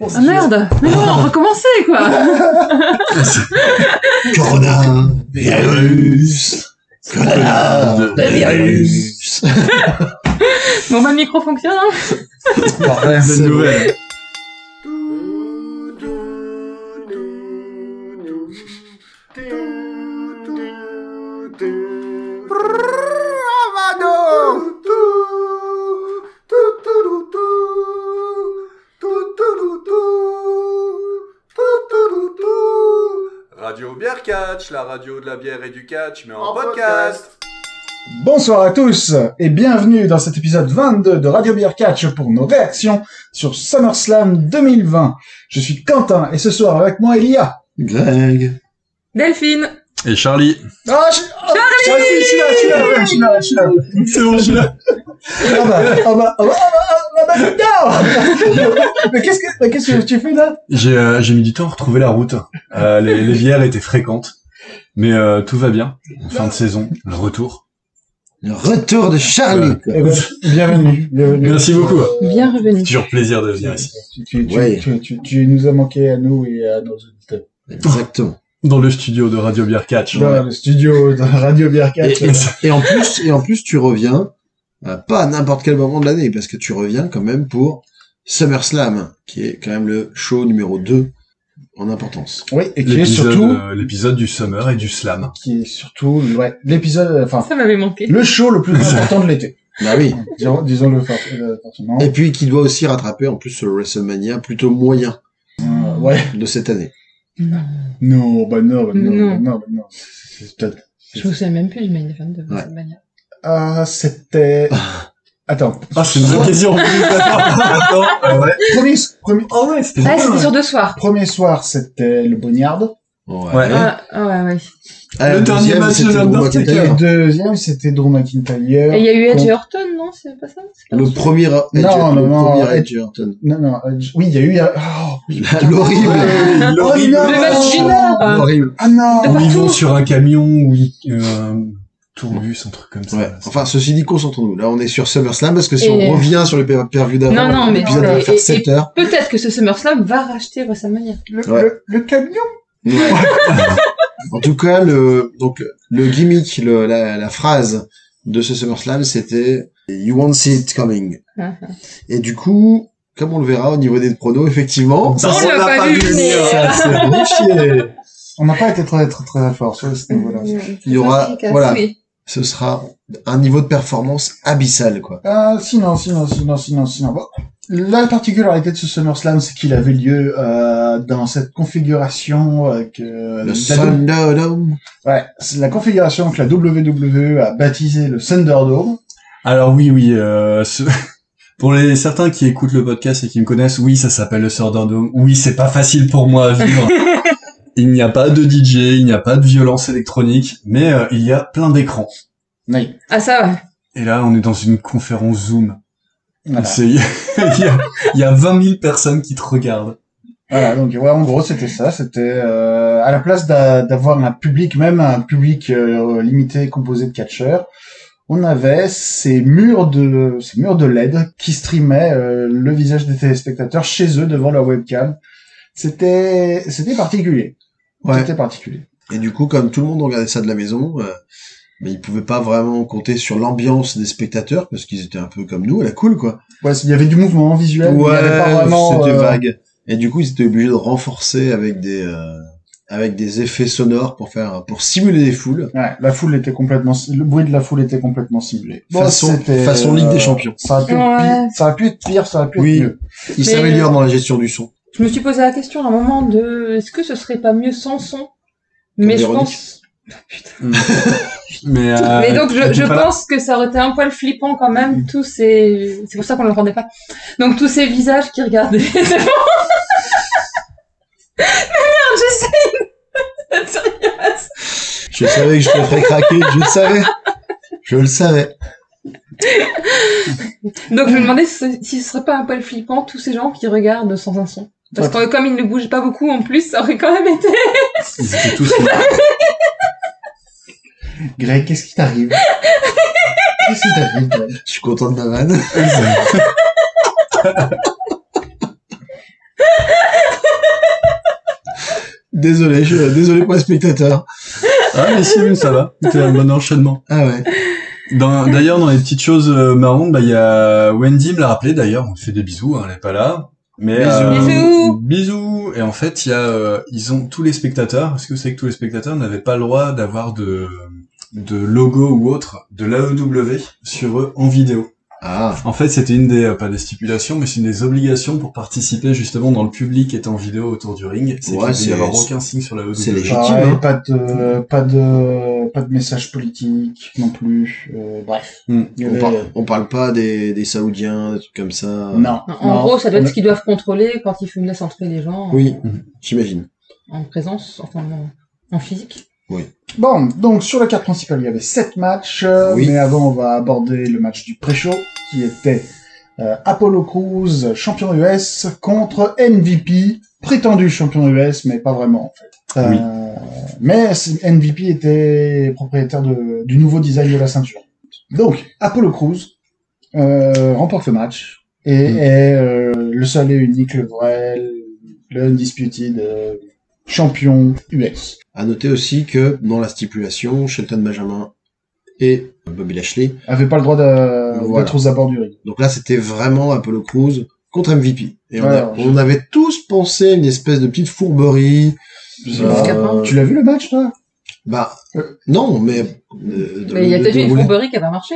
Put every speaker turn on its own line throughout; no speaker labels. Ah merde Mais non, on recommencer quoi
Coronavirus.
Ah,
Coronavirus.
Bon bah le micro fonctionne hein
C'est
nouvelle.
Radio Bière Catch, la radio de la bière et du catch, mais en,
En
podcast.
Bonsoir à tous et bienvenue dans cet épisode 22 de Radio Beer Catch pour nos réactions sur SummerSlam 2020. Je suis Quentin et ce soir avec moi il y a...
Greg.
Delphine
Et Charlie.
Ah, je... oh, Charlie Je suis là, je suis là, je suis là, je suis là.
C'est bon, je là.
Ah bah, ah bah, ah bah, ah bah, ah bah, non Mais qu'est-ce que, mais qu'est-ce que tu fais là
J'ai euh, j'ai mis du temps à retrouver la route. Euh, les, les bières étaient fréquentes. Mais euh, tout va bien. Fin de saison, le retour. Euh,
Le retour de Charlie. quoi.
Eh ben, Bienvenue, bienvenue.
Merci beaucoup.
Bien
C'est
revenu.
toujours plaisir de venir ici.
Tu, tu, tu,
Ouais.
tu, tu- tu nous as manqué à nous et à nos auditeurs.
Exactement.
Dans le studio de Radio Beer Catch.
Dans le studio, dans Radio Beer Catch.
Et, et- et en plus, et en plus, tu reviens euh, pas à n'importe quel moment de l'année, parce que tu reviens quand même pour SummerSlam, qui est quand même le show numéro 2 en importance.
Oui, et qui est
L'épisode
surtout,
euh, l'épisode du Summer et du Slam.
qui est surtout, ouais, l'épisode, enfin,
Ça m'avait manqué.
le show le plus important de l'été.
Bah oui.
Disons, disons le fort- le fortement.
Et puis qui doit aussi rattraper en plus le WrestleMania plutôt moyen
Euh, ouais.
de cette année.
Non,
Non, bah non, bah non,
Non.
bah non, bah non. C'est peut-être-
je me souviens même plus du main event de
Ouais.
WrestleMania.
Ah, c'était. Attends.
Ah, c'est une vraie question. Attends, euh, ouais.
Premier, premier,
Oh ouais, c'était
Ouais,
bien,
Ah, c'était
ouais.
sur deux soirs.
premier soir, c'était le Bognard.
Ouais.
Ah, ah ouais, ouais.
Ah,
Le dernier
deuxième,
match de
c'était Drew
l'Undertaker.
McIntyre.
Le deuxième, c'était Drew McIntyre.
Et il y a eu Edge
Con-
et Orton, non C'est pas ça C'est pas
Le
ça
premier, Edge,
Non,
le
non, non,
premier
Edge.
Edge Orton.
Non, non, euh, j- oui, il y a eu. Oh, oui,
La-
putain.
L'horrible.
Ouais.
L'horrible.
Oh, non.
Le Euh, match du Nord
L'horrible.
Ah non
Où ils
partout.
vont sur un camion, ou un tourbus, un truc comme ça.
Ouais. Enfin, ceci dit, concentrons-nous. Là, on est sur SummerSlam parce que si
Et-
on revient sur le pay-per-view d'avant,
Non, non, mais-
l'épisode
mais-
va faire
et-
7 heures.
Peut-être que ce SummerSlam va racheter WrestleMania.
Le,
Ouais.
le, le camion
Ouais. en tout cas, le, donc, le gimmick, le- la, la phrase de ce SummerSlam, c'était You won't see it coming.
Mhm.
Et du coup, comme on le verra au niveau des pronos, effectivement,
Ça, on l'a pas vu venir.
ça s'est vérifié.
On n'a pas été très, très, très fort sur ce niveau-là.
Euh,
Il y aura-
Efficace,
voilà.
oui.
Ce sera un niveau de performance abyssal, quoi.
Ah, sinon, sinon, sinon, sinon, sinon. Bon. La particularité de ce SummerSlam, c'est qu'il avait lieu euh, dans cette configuration euh, que
Le
la
Thunderdome.
ouais, c'est la configuration que la WWE a baptisée le Thunderdome.
Alors oui, oui. euh, ce- Pour les certains qui écoutent le podcast et qui me connaissent, oui, ça s'appelle le Sordendome. Oui, c'est pas facile pour moi à vivre. il n'y a pas de DJ, il n'y a pas de violence électronique, mais euh, il y a plein d'écrans.
Oui.
Ah ça, ouais.
Et là, on est dans une conférence Zoom.
Voilà.
C'est- Il y, a, il y a 20 000 personnes qui te regardent.
Voilà, donc ouais, en gros, c'était ça. C'était euh, à la place d'a- d'avoir un public, même un public euh, limité composé de catcheurs, on avait ces murs de ces murs de LED qui streamaient euh, le visage des téléspectateurs chez eux devant leur webcam. C'était c'était particulier.
Ouais.
C'était particulier.
Et du coup, comme tout le monde regardait ça de la maison, euh, mais ils pouvaient pas vraiment compter sur l'ambiance des spectateurs parce qu'ils étaient un peu comme nous, à la cool, quoi.
Ouais, il y avait du mouvement visuel, mais il y avait pas vraiment.
c'était
euh,
vague. Et du coup, ils étaient obligés de renforcer avec des euh, avec des effets sonores pour faire pour simuler les foules.
Ouais, la foule était complètement, le bruit de la foule était complètement ciblé.
Façon-
c'était, euh,
façon Ligue des Champions.
Ça a pu, être
Ouais.
pire, ça a pu être pire, ça a pu
Oui.
être mieux.
Ils
Mais-
s'améliorent dans la gestion du son.
Je me suis posé la question à un moment de est-ce que ce serait pas mieux sans son Mais je
Véronique.
pense. Oh, putain.
Mais, euh,
Mais donc je,
elle
je
est pas là.
pense que ça aurait été un poil flippant quand
Mm.
même tous ces c'est pour ça qu'on le rendait pas donc tous ces visages qui regardaient devant mais merde j'essaye d'être sérieuse
Je savais que je te ferais craquer. Je le savais. Je le savais.
donc je me demandais si si ce serait pas un poil flippant tous ces gens qui regardent sans un son parce que comme ils ne bougent pas beaucoup en plus ça aurait quand même été
Ils étaient tous là.
Greg, qu'est-ce qui t'arrive Qu'est-ce qui t'arrive Greg
Je suis content de ma vanne. Désolé, je- désolé pour les spectateurs.
Ah, mais si, ça va. C'était un bon enchaînement.
Ah ouais.
Dans- D'ailleurs, dans les petites choses euh, marrantes, bah, il y a Wendy me l'a rappelé. D'ailleurs, on fait des bisous. hein, elle est pas là. Mais euh,
Bisous.
Bisous.
bisous. Et en fait, il y a, euh, ils ont tous les spectateurs. Est-ce que vous savez que tous les spectateurs n'avaient pas le droit d'avoir de de logo ou autre de l'AEW sur eux en vidéo.
Ah,
En fait, c'était une des euh, pas des stipulations, mais c'est une des obligations pour participer justement dans le public étant vidéo autour du ring. C'est
Ouais,
qu'il
c'est-
n'y avoir aucun signe sur la E
c'est
AEW.
légitime,
Pareil,
hein.
Bah, pas de, pas de, pas de message politique non plus. euh, bref.
Hmm.
Il y
on,
avait-
parle- on parle pas des, des Saoudiens, des trucs comme ça.
Non.
En
non.
gros, ça doit être ce qu'ils doivent contrôler quand ils fument laissent entrer les gens en-
Oui, j'imagine.
en présence, enfin en, en physique.
Bon, donc sur la carte principale, il y avait sept matchs, euh,
Oui.
mais avant, on va aborder le match du pré-show, qui était euh, Apollo Crews, champion US, contre MVP, prétendu champion US, mais pas vraiment, en fait. Euh,
Oui.
Mais c- MVP était propriétaire de- du nouveau design de la ceinture. Donc, Apollo Crews euh, remporte le match, et
Mm.
est euh, le seul et unique, le vrai, le undisputed euh, champion US.
À noter aussi que dans la stipulation, Shelton Benjamin et Bobby Lashley.
avait pas le droit d'a- d'être
Voilà.
aux abords du ring.
Donc là, c'était vraiment Apollo Crews contre MVP. Et on, a-
Alors, je-
on avait tous pensé à une espèce de petite fourberie.
sais pas.
Euh,
Tu l'as vu le match, toi
Bah, euh, non, mais. euh,
Mais il y a
de-
peut-être
de-
eu une
de-
fourberie qui a pas marché.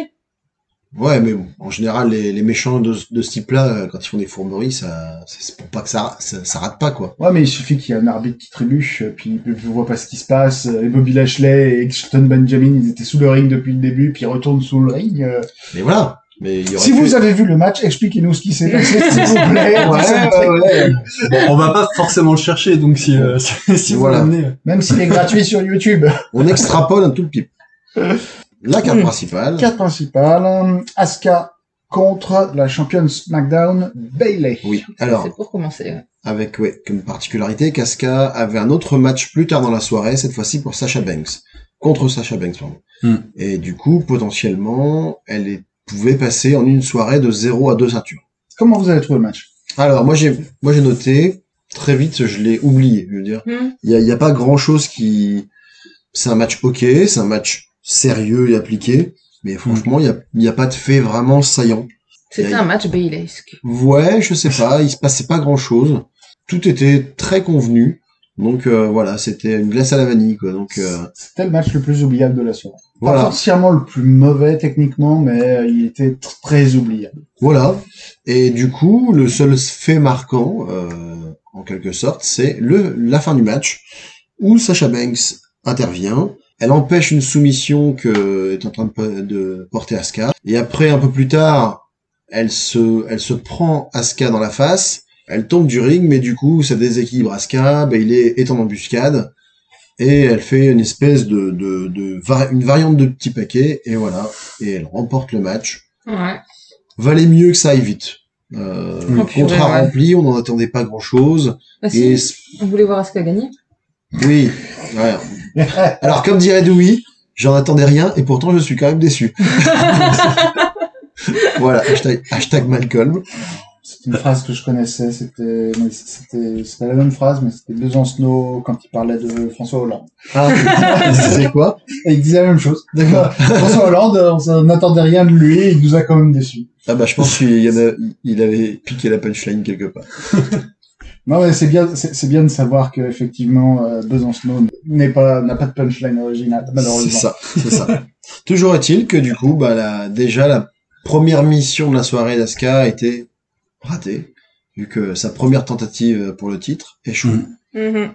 Ouais, mais bon, en général, les, les méchants de, de ce type-là, euh, quand ils font des fourberies, ça, c'est c'est pour pas que ça, ça, ça rate pas, quoi.
Ouais, mais il suffit qu'il y ait un arbitre qui trébuche, euh, puis il ne voit pas ce qui se passe. euh, Et Bobby Lashley et Shelton Benjamin, ils étaient sous le ring depuis le début, puis ils retournent sous le ring. euh.
Mais voilà. Mais il y aurait
Si
pu-
vous avez vu le match, expliquez-nous ce qui s'est passé, s'il vous plaît.
Ouais, ouais, ouais.
Bon, on va pas forcément le chercher, donc si, euh, si vous euh,
Voilà.
l'amenez.
Même s'il est gratuit sur YouTube.
On extrapole un tout petit peu. La carte
Hmm.
principale.
Carte principale, euh, Asuka contre la championne SmackDown, Bayley.
Oui.
Ça,
Alors,
C'est pour commencer. ouais.
avec ouais, comme particularité, Casca avait un autre match plus tard dans la soirée, cette fois-ci pour Sasha Banks. Contre Sasha Banks, pardon.
Hmm.
Et du coup, potentiellement, elle est- pouvait passer en une soirée de 0 à 2 ceintures.
Comment vous avez trouvé le match
Alors, moi, j'ai, moi, j'ai noté, très vite, je l'ai oublié, je veux dire.
Hmm.
Il n'y a, il y a pas grand chose qui. C'est un match ok, c'est un match sérieux et appliqué, mais franchement, il n'y a, il y a pas de fait vraiment saillant.
C'était
Il y a-
un match Baylesque.
Ouais, je sais pas, il se passait pas grand chose. Tout était très convenu. Donc euh, voilà, c'était une glace à la vanille, quoi. Donc euh,
C'était le match le plus oubliable de la soirée. Pas
voilà,
forcément le plus mauvais techniquement, mais euh, il était tr- très oubliable.
voilà. Et du coup, le seul fait marquant, euh, en quelque sorte, c'est le la fin du match où Sasha Banks intervient. Elle empêche une soumission que est en train de, po- de porter Asuka. Et après, un peu plus tard, elle se, elle se prend Asuka dans la face. Elle tombe du ring, mais du coup, ça déséquilibre Asuka. Bailey est en embuscade. Et elle fait une espèce de, de, de vari- une variante de petit paquet. Et voilà. Et elle remporte le match.
Ouais.
Valait mieux que ça aille vite. Euh,
Oui.
Oh, purée,
contrat
ouais.
rempli, on n'en attendait pas grand chose.
Bah, si,
Et
On voulait voir Asuka gagner.
oui. ouais. Alors, comme dirait Dewey, j'en attendais rien et pourtant je suis quand même déçu. voilà, hashtag, hashtag Malcolm.
C'est une phrase que je connaissais, c'était, mais c'était, c'était la même phrase, mais c'était Besancenot quand il parlait de François Hollande.
Ah, c'est quoi
Et il disait la même chose.
D'accord.
François Hollande, on s'en attendait rien de lui, et il nous a quand même déçus.
Ah bah je pense qu'il y en a- il avait piqué la punchline quelque part.
Non, mais c'est bien, c'est, c'est bien de savoir qu'effectivement, euh, Besancenot n'est pas, n'a pas de punchline originale,
C'est
malheureusement.
ça, c'est ça. Toujours est-il que du coup, bah, la- déjà la première mission de la soirée d'Asuka a été ratée, vu que sa première tentative euh, pour le titre échoue.
Mm.
Mhm.
Mm-hmm.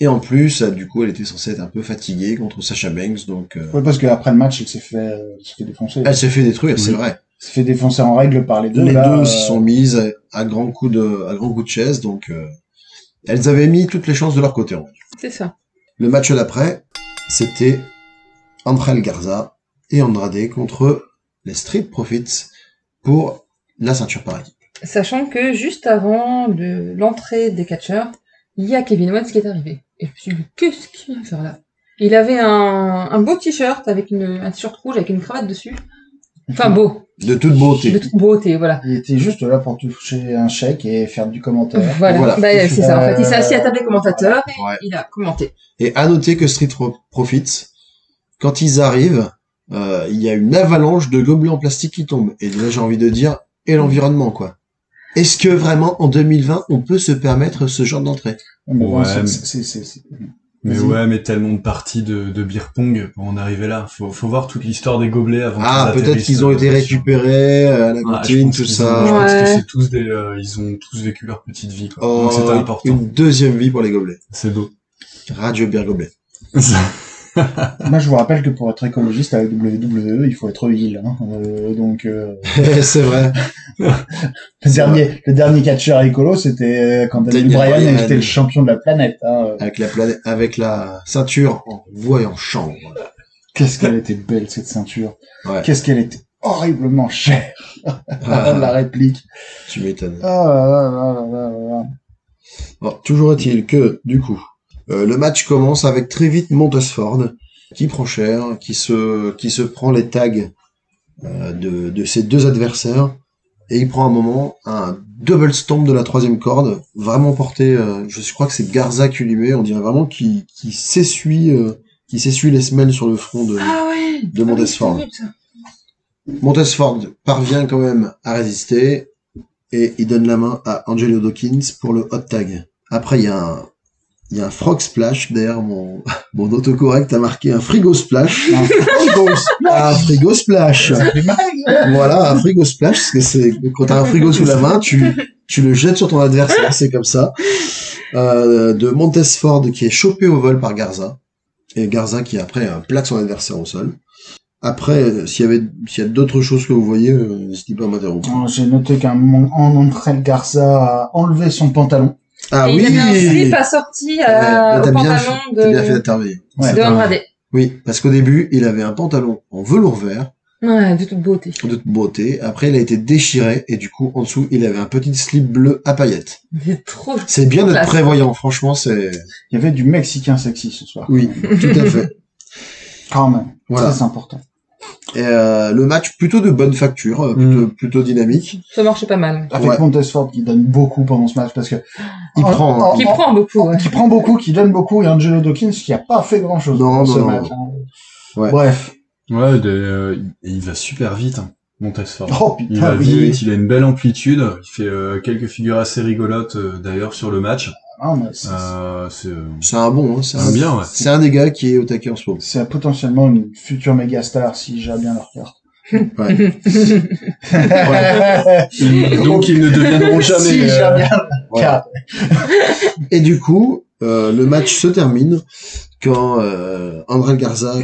Et en plus, euh, du coup, elle était censée être un peu fatiguée contre Sasha Banks, donc euh,
Ouais, parce qu'après le match, il s'est fait, euh, il s'est fait défoncer.
elle s'est fait détruire, c'est
Oui.
vrai.
Il s'est fait défoncer en règle par les deux.
Ah, les
là,
deux
euh,
s'y sont mises à, à grands coups de à grands coups de chaise donc euh, elles avaient mis toutes les chances de leur côté on va dire.
C'est ça.
le match d'après c'était Andral Garza et Andrade contre les Street Profits pour la ceinture par équipe
Sachant que juste avant le- l'entrée des catcheurs, il y a Kevin Owens qui est arrivé. Et je me suis dit, mais qu'est-ce qu'il vient faire là Il avait un, un beau t-shirt avec une, un t-shirt rouge avec une cravate dessus. Enfin, beau.
De toute
De
beauté.
toute beauté, voilà.
Il était juste là pour toucher un chèque et faire du commentaire.
Voilà.
Voilà.
Bah, c'est ça, en fait. Il s'est
Euh,
assis à table des commentateurs et
Ouais.
il a commenté.
Et à noter que Street Pro- Profits, quand ils arrivent, euh, il y a une avalanche de gobelets en plastique qui tombent. Et là, j'ai envie de dire, et l'environnement, quoi. Est-ce que vraiment, en 2020, on peut se permettre ce genre d'entrée
Mais bon,
Ouais,
c'est-
mais-
c'est- c'est- c'est-
Mais
Vas-y.
ouais, mais tellement de parties de, de beer pong pour en arriver là. Faut, faut voir toute l'histoire des gobelets avant
Ah,
qu'ils
peut-être
atterrissent,
qu'ils ont
euh,
été
sur-
récupérés euh, à la
Ah, je
cantine,
pense
tout
qu'ils
ça.
ont- Je pense que
Ouais.
c'est tous des, euh, ils ont tous vécu leur petite vie. Quoi.
Oh,
Donc c'était important.
une deuxième vie pour les gobelets.
C'est beau.
Radio Beer Gobelet.
Moi, je vous rappelle que pour être écologiste à la WWE, il faut être heel. hein. Euh, donc, euh,
c'est vrai.
le dernier, le dernier catcheur écolo, c'était euh, quand Daniel
Daniel
Bryan
Bryan.
était le champion de la planète. hein.
Avec la, planète, avec la ceinture en bois et en chambre.
Qu'est-ce qu'elle était belle cette ceinture.
Ouais. Ah.
Qu'est-ce qu'elle était horriblement chère. la réplique.
tu m'étonnes.
Ah, là, là, là, là, là, là.
Bon, toujours est-il que, du coup, euh, le match commence avec très vite Montesford, qui prend cher, qui se, qui se prend les tags euh, de, de ses deux adversaires, et il prend un moment un double stomp de la troisième corde, vraiment porté, euh, je crois que c'est Garza qui lui met, on dirait vraiment qu'il qu'il s'essuie euh, qu'il s'essuie les semelles sur le front de,
Ah ouais.
de Montesford. Montesford parvient quand même à résister et il donne la main à Angelo Dawkins pour le hot tag. Après, il y a un, il y a un frog splash. D'ailleurs, mon, mon autocorrect a marqué un frigo splash.
Un frigo
un frigo splash.
Ça fait mal.
Voilà, un frigo splash. Parce que c'est, quand t'as un frigo sous la main, tu, tu le jettes sur ton adversaire. C'est comme ça. Euh, de Montesford qui est chopé au vol par Garza. Et Garza qui après euh, plaque son adversaire au sol. Après, euh, s'il y avait, s'il y a d'autres choses que vous voyez, euh, n'hésitez pas à m'interrompre.
Oh, J'ai noté qu'un moment en entrée, le Garza a enlevé son pantalon.
Ah
et
oui!
il avait un slip assorti
Ouais, Eh
à,
ben, là, t'as
Euh, au
bien
pantalon
fait- t'as bien fait
de,
d'intervenir.
Ouais.
de Andrade.
Oui, parce qu'au début, il avait un pantalon en velours vert,
Ouais, de toute beauté.
de beauté. Après, il a été déchiré, et du coup, en dessous, il avait un petit slip bleu à paillettes.
C'est trop.
C'est bien d'être
Classe.
prévoyant, franchement, c'est...
Il y avait du Mexicain sexy ce soir.
Oui, tout à fait.
Quand même.
Voilà.
Ça, c'est important.
Et euh, le match, plutôt de bonne facture, euh, plutôt, plutôt dynamique.
Ça marchait pas mal.
Avec
Ouais.
Montesford qui donne beaucoup pendant ce match parce que
Oh,
Il
en-
prend, hein.
en-
Qui
en-
prend beaucoup, ouais.
qui prend beaucoup, qui donne beaucoup, et Angelo Dawkins qui a pas fait grand chose
Non,
dans ce
non,
match. hein.
Ouais.
Bref.
Ouais, des, euh, et il va super vite, hein, Montesfort.
Oh
Il va
putain, oui.
vite, il a une belle amplitude, il fait euh, quelques figures assez rigolotes euh, d'ailleurs sur le match.
Non, Ah, mais c'est-
Euh, c'est euh,
C'est un bon, hein, c'est un...
c'est bien, ouais.
C'est un des gars qui est au taquet en ce moment.
C'est potentiellement une future méga star si j'ai bien leur carte.
Ouais.
Ils- Donc ils ne deviendront jamais.
si j'ai
euh,
bien leur
Voilà.
carte.
Et du coup, euh, le match se termine quand euh, Andrade Garza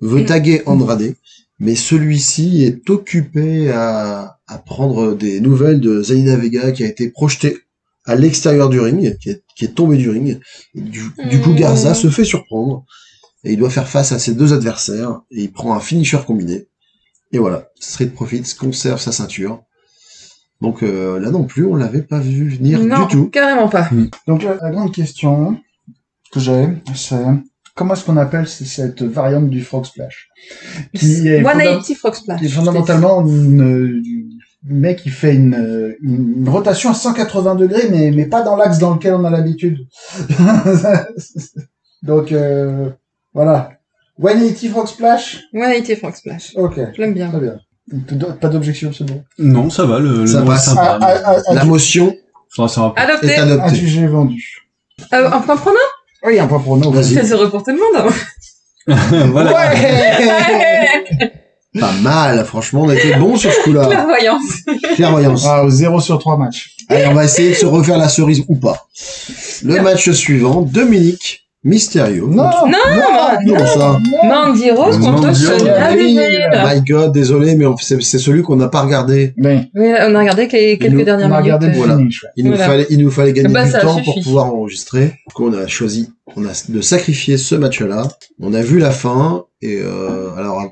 veut taguer Andrade, mais celui-ci est occupé à, à prendre des nouvelles de Zaina Vega qui a été projetée à l'extérieur du ring, qui est, qui est tombée du ring. Et du, du coup,
Mm.
Garza se fait surprendre et il doit faire face à ses deux adversaires et il prend un finisher combiné. Et voilà, Street Profits conserve sa ceinture. Donc euh, là non plus, on l'avait pas vu venir
Non,
du tout.
carrément pas.
Donc euh, la, la grande question que j'ai, c'est comment est-ce qu'on appelle c- cette variante du frog splash Qui est
One
fondam-
Eighty Frog Splash.
qui est fondamentalement une, le mec qui fait une, une, une rotation à 180 degrés, mais, mais pas dans l'axe dans lequel on a l'habitude. Donc euh, voilà. 180 frog splash
One Eighty Frog Splash.
Ok,
Je l'aime bien.
très bien. Pas d'objection, c'est bon.
Non, ça va, le, le
Ça
nom
va,
est sympa.
Ah, ah, ah, ah,
La motion
Ça, ça va.
est
Adopté.
Un
adoptée.
sujet vendu.
Euh, un point prenant
Oui, un point pour nous.
Vas-y.
C'est zéro pour tout le
Ah,
monde.
voilà.
Ouais
Pas mal, franchement, on a été bon sur ce coup-là.
Clairvoyance.
Clairvoyance.
ah, 0 sur 3 matchs.
Allez, on va essayer de se refaire la cerise ou pas. Le match suivant, Dominique Mysterio.
Non,
Non,
non, ça.
Mandy Rose contre
Mandy Rose.
Sonia
Ah oui,
bah,
Deville.
My God, désolé, mais on- c'est c'est celui qu'on n'a pas regardé.
Mais
Oui, on a regardé que les quelques
nous-
dernières
Ben, on a regardé le
minutes.
Voilà.
finish. ouais.
Il nous,
Voilà.
fallait, il nous fallait gagner
Bah,
du
ça
temps
suffit.
pour pouvoir enregistrer. Du coup, on a choisi on a, de sacrifier ce match-là. On a vu la fin. Et euh, alors,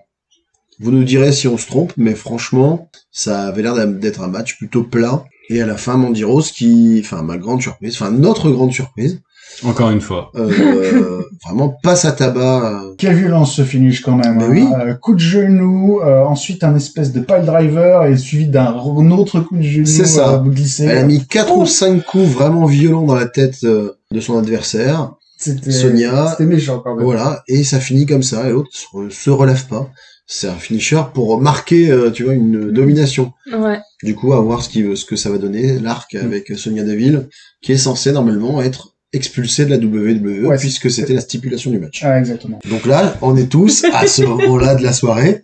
vous nous direz si on se trompe, mais franchement, ça avait l'air d'a- d'être un match plutôt plat. Et à la fin, Mandy Rose qui, enfin, ma grande surprise, enfin, notre grande surprise,
Encore une fois.
Euh, vraiment, passe à tabac. euh,
Quelle violence ce finish quand même.
Mais
hein.
oui.
Euh, coup de genou, euh, ensuite un espèce de pile driver et suivi d'un r- autre coup de genou
C'est ça.
euh, glissé.
Elle a mis quatre
Oh.
ou cinq coups vraiment violents dans la tête euh, de son adversaire.
C'était
Sonia.
c'était méchant quand même.
Voilà, et ça finit comme ça, et l'autre se, re- se relève pas. C'est un finisher pour marquer, euh, tu vois, une domination.
Ouais.
Du coup, à voir ce, qui, ce que ça va donner, l'arc
Mm.
avec Sonia Deville, qui est censée normalement être expulsée de la WWE,
Ouais,
puisque c'était la stipulation du match.
Ah, exactement.
Donc là, on est tous, à ce moment-là de la soirée,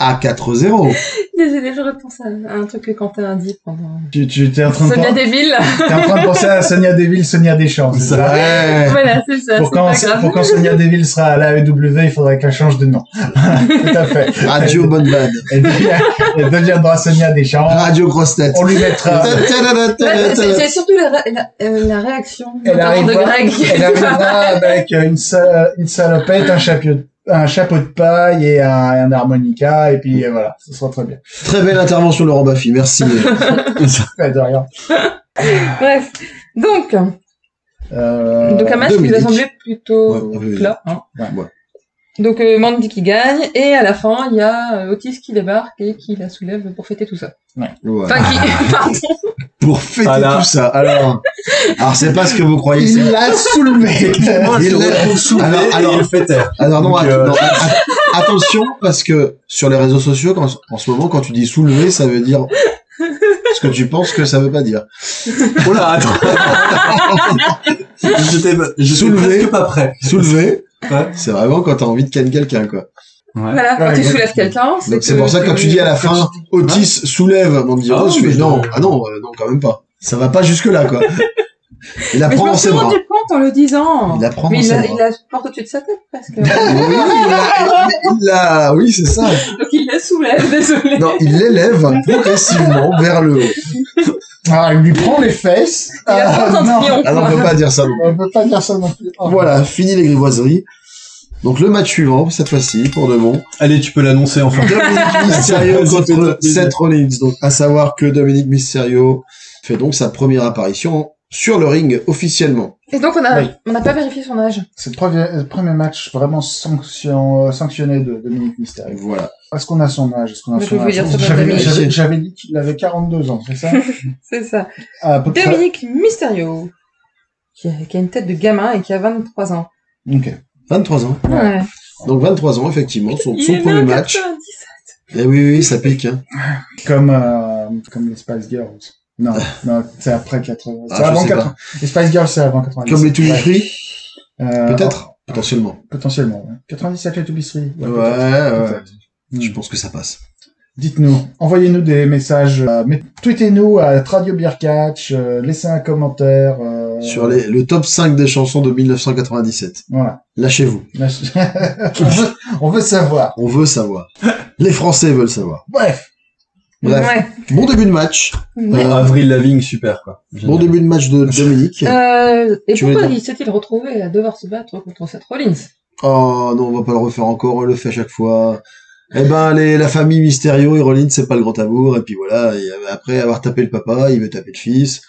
à 4-0.
Désolée, je repense à à un truc que Quentin a dit pendant.
Tu, tu étais en, train de
Sonia
pen-
Deville.
t'es en train de penser à Sonia Deville, Sonia Deschamps. c'est ça
Ouais.
voilà, c'est ça.
Pour
c'est
quand,
pas grave.
pour quand Sonia Deville sera à la AEW, il faudrait qu'elle change de nom. Tout à fait.
Radio Ah, Bonne Vanne,
Elle, devient- elle deviendra Sonia Deschamps.
Radio Grosse Tête.
Ah. On lui mettra.
Ouais, Bah, c'est c'est surtout la, ré- la, euh, la réaction
Elle
notamment de
arrivera,
Greg.
elle arrivera avec euh, une, sa- une salopette, un chapeau, un chapeau de paille et un, un harmonica, et puis euh, voilà, ce sera très bien.
Très belle intervention, Laurent Baffy, merci.
Ouais, de rien.
Bref. Donc,
Euh,
donc un match qui nous a
Dominique.
semblé plutôt
Ouais, on peut le
plat. hein.
Ouais.
Donc euh, Mandy qui gagne et à la fin il y a euh, Otis qui débarque et qui la soulève pour fêter tout ça.
Ouais.
Enfin qui pardon.
pour fêter
Voilà.
tout ça. Alors, alors c'est pas ce que vous croyez. c'est-
Il l'a soulevé.
Moi,
Il
je
l'a-
retrouve soulevé
Alors, alors-
et il le fait taire.
Alors non,
Donc,
att-
euh,
non, att- attention parce que sur les réseaux sociaux, quand, en ce moment, quand tu dis soulever, ça veut dire ce que tu penses que ça veut pas dire.
Oh là, attends. J'étais j'étais
Soulevé.
presque pas prêt.
Soulever,
Ouais.
c'est vraiment quand t'as envie de canne quelqu'un, quoi.
Ouais.
Voilà, quand
Ouais,
tu
exactement.
soulèves quelqu'un.
Donc c'est pour ça que quand tu dis à la fin, Otis soulève, on me dit,
Ah,
oh, je
mais
fais,
je-
non, ah non, euh, non, quand même pas. Ça va pas jusque là, quoi. Il la
Mais je
prend
me
dans
suis
ses bras.
rendu compte en le disant.
Il la prend
Mais
dans
il
ses
la,
bras.
il la porte au-dessus de sa tête presque.
Oui,
Donc
il la- il la- oui, c'est ça.
il la soulève, désolé.
Non, il l'élève progressivement vers le haut.
Alors, ah, il lui prend les fesses.
Il la
Ah,
porte en
non,
triomphe.
Ah non, on peut pas dire ça. non.
on peut pas dire ça non plus. Oh.
Voilà, fini les grivoiseries. Donc le match suivant, cette fois-ci, pour de bon.
Allez, tu peux l'annoncer enfin.
Dominique Mysterio
Vas-y, fais-toi
contre
plaisir.
Seth Rollins. Donc, à savoir que Dominique Mysterio fait donc sa première apparition sur le ring officiellement.
Et donc on a
Oui.
on n'a pas vérifié son âge.
C'est le premier, le premier match vraiment sanction, euh, sanctionné de Dominique Mysterio.
Voilà.
Est-ce qu'on a son âge Est-ce qu'on a
Mais
son
vous
âge
dire son âge,
J'avais-
Dominique.
J'avais j'avais dit qu'il avait 42 ans, c'est ça Ah,
C'est ça.
À peu près.
Dominique Mysterio, qui a, qui a une tête de gamin et qui a 23 ans.
Ok.
23 ans.
Ouais.
Donc 23 ans, effectivement, son,
Il
son
est né
premier
en
match.
90.
Eh oui, oui, oui, ça pique. Hein.
Comme, euh, comme les Spice Girls. Non, non, c'est après 80.
Ah,
c'est
je
avant
sais pas.
80. Les Spice Girls, Ah, c'est avant 90.
Comme les Toulouse
Ouais. Euh,
peut-être Potentiellement.
Potentiellement. ouais. 97 les Toubistries.
Ouais, ouais.
Hmm.
Je pense que ça passe.
Dites-nous, envoyez-nous des messages, euh, mais tweetez-nous à Radio Beer Catch, euh, laissez un commentaire. euh,
Sur les, le top 5 des chansons de 1997.
Voilà.
Lâchez-vous.
Là, je- on, veut, on veut savoir.
On veut savoir. Les Français veulent savoir.
Bref,
Bref.
Ouais.
Bon début de match.
Ouais.
Euh,
Avril Lavigne, super quoi.
Bon
Génial.
début de match de Dominique.
Euh, et
Tu veux
pourquoi
dire-
il s'est-il retrouvé à devoir se battre contre Seth Rollins
Oh non, on va pas le refaire encore, on le fait à chaque fois. Eh ben, les, la famille Mysterio et Rollins, c'est pas le grand amour. Et puis voilà, et euh, après avoir tapé le papa, il veut taper le fils.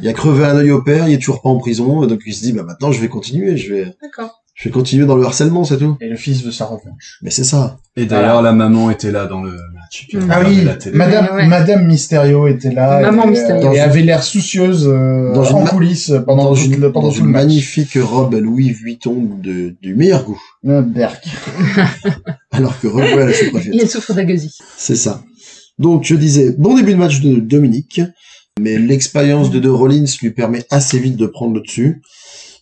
Il a crevé un œil au père, il est toujours pas en prison. Donc il se dit, bah maintenant je vais continuer, je vais,
D'accord.
je vais continuer dans le harcèlement, c'est tout.
et le fils veut sa revanche.
Mais c'est ça.
Et d'ailleurs, la maman était là dans le match.
Mm.
Elle
Ah
regardait
oui,
la télé.
Madame,
Ouais.
Madame Mysterio était là
Maman
et, euh,
Mysterio.
et avait l'air soucieuse euh,
Dans une
en
ma-
coulisses pendant,
dans
tout
une,
le- pendant
dans
tout
une
le match.
magnifique robe à Louis Vuitton de, du meilleur goût.
Euh, Berk.
Alors que revoilà la sous-préfète.
Et elle souffre d'agueusie.
C'est ça. Donc, je disais, bon début de match de Dominique, mais l'expérience de De Rollins lui permet assez vite de prendre le dessus.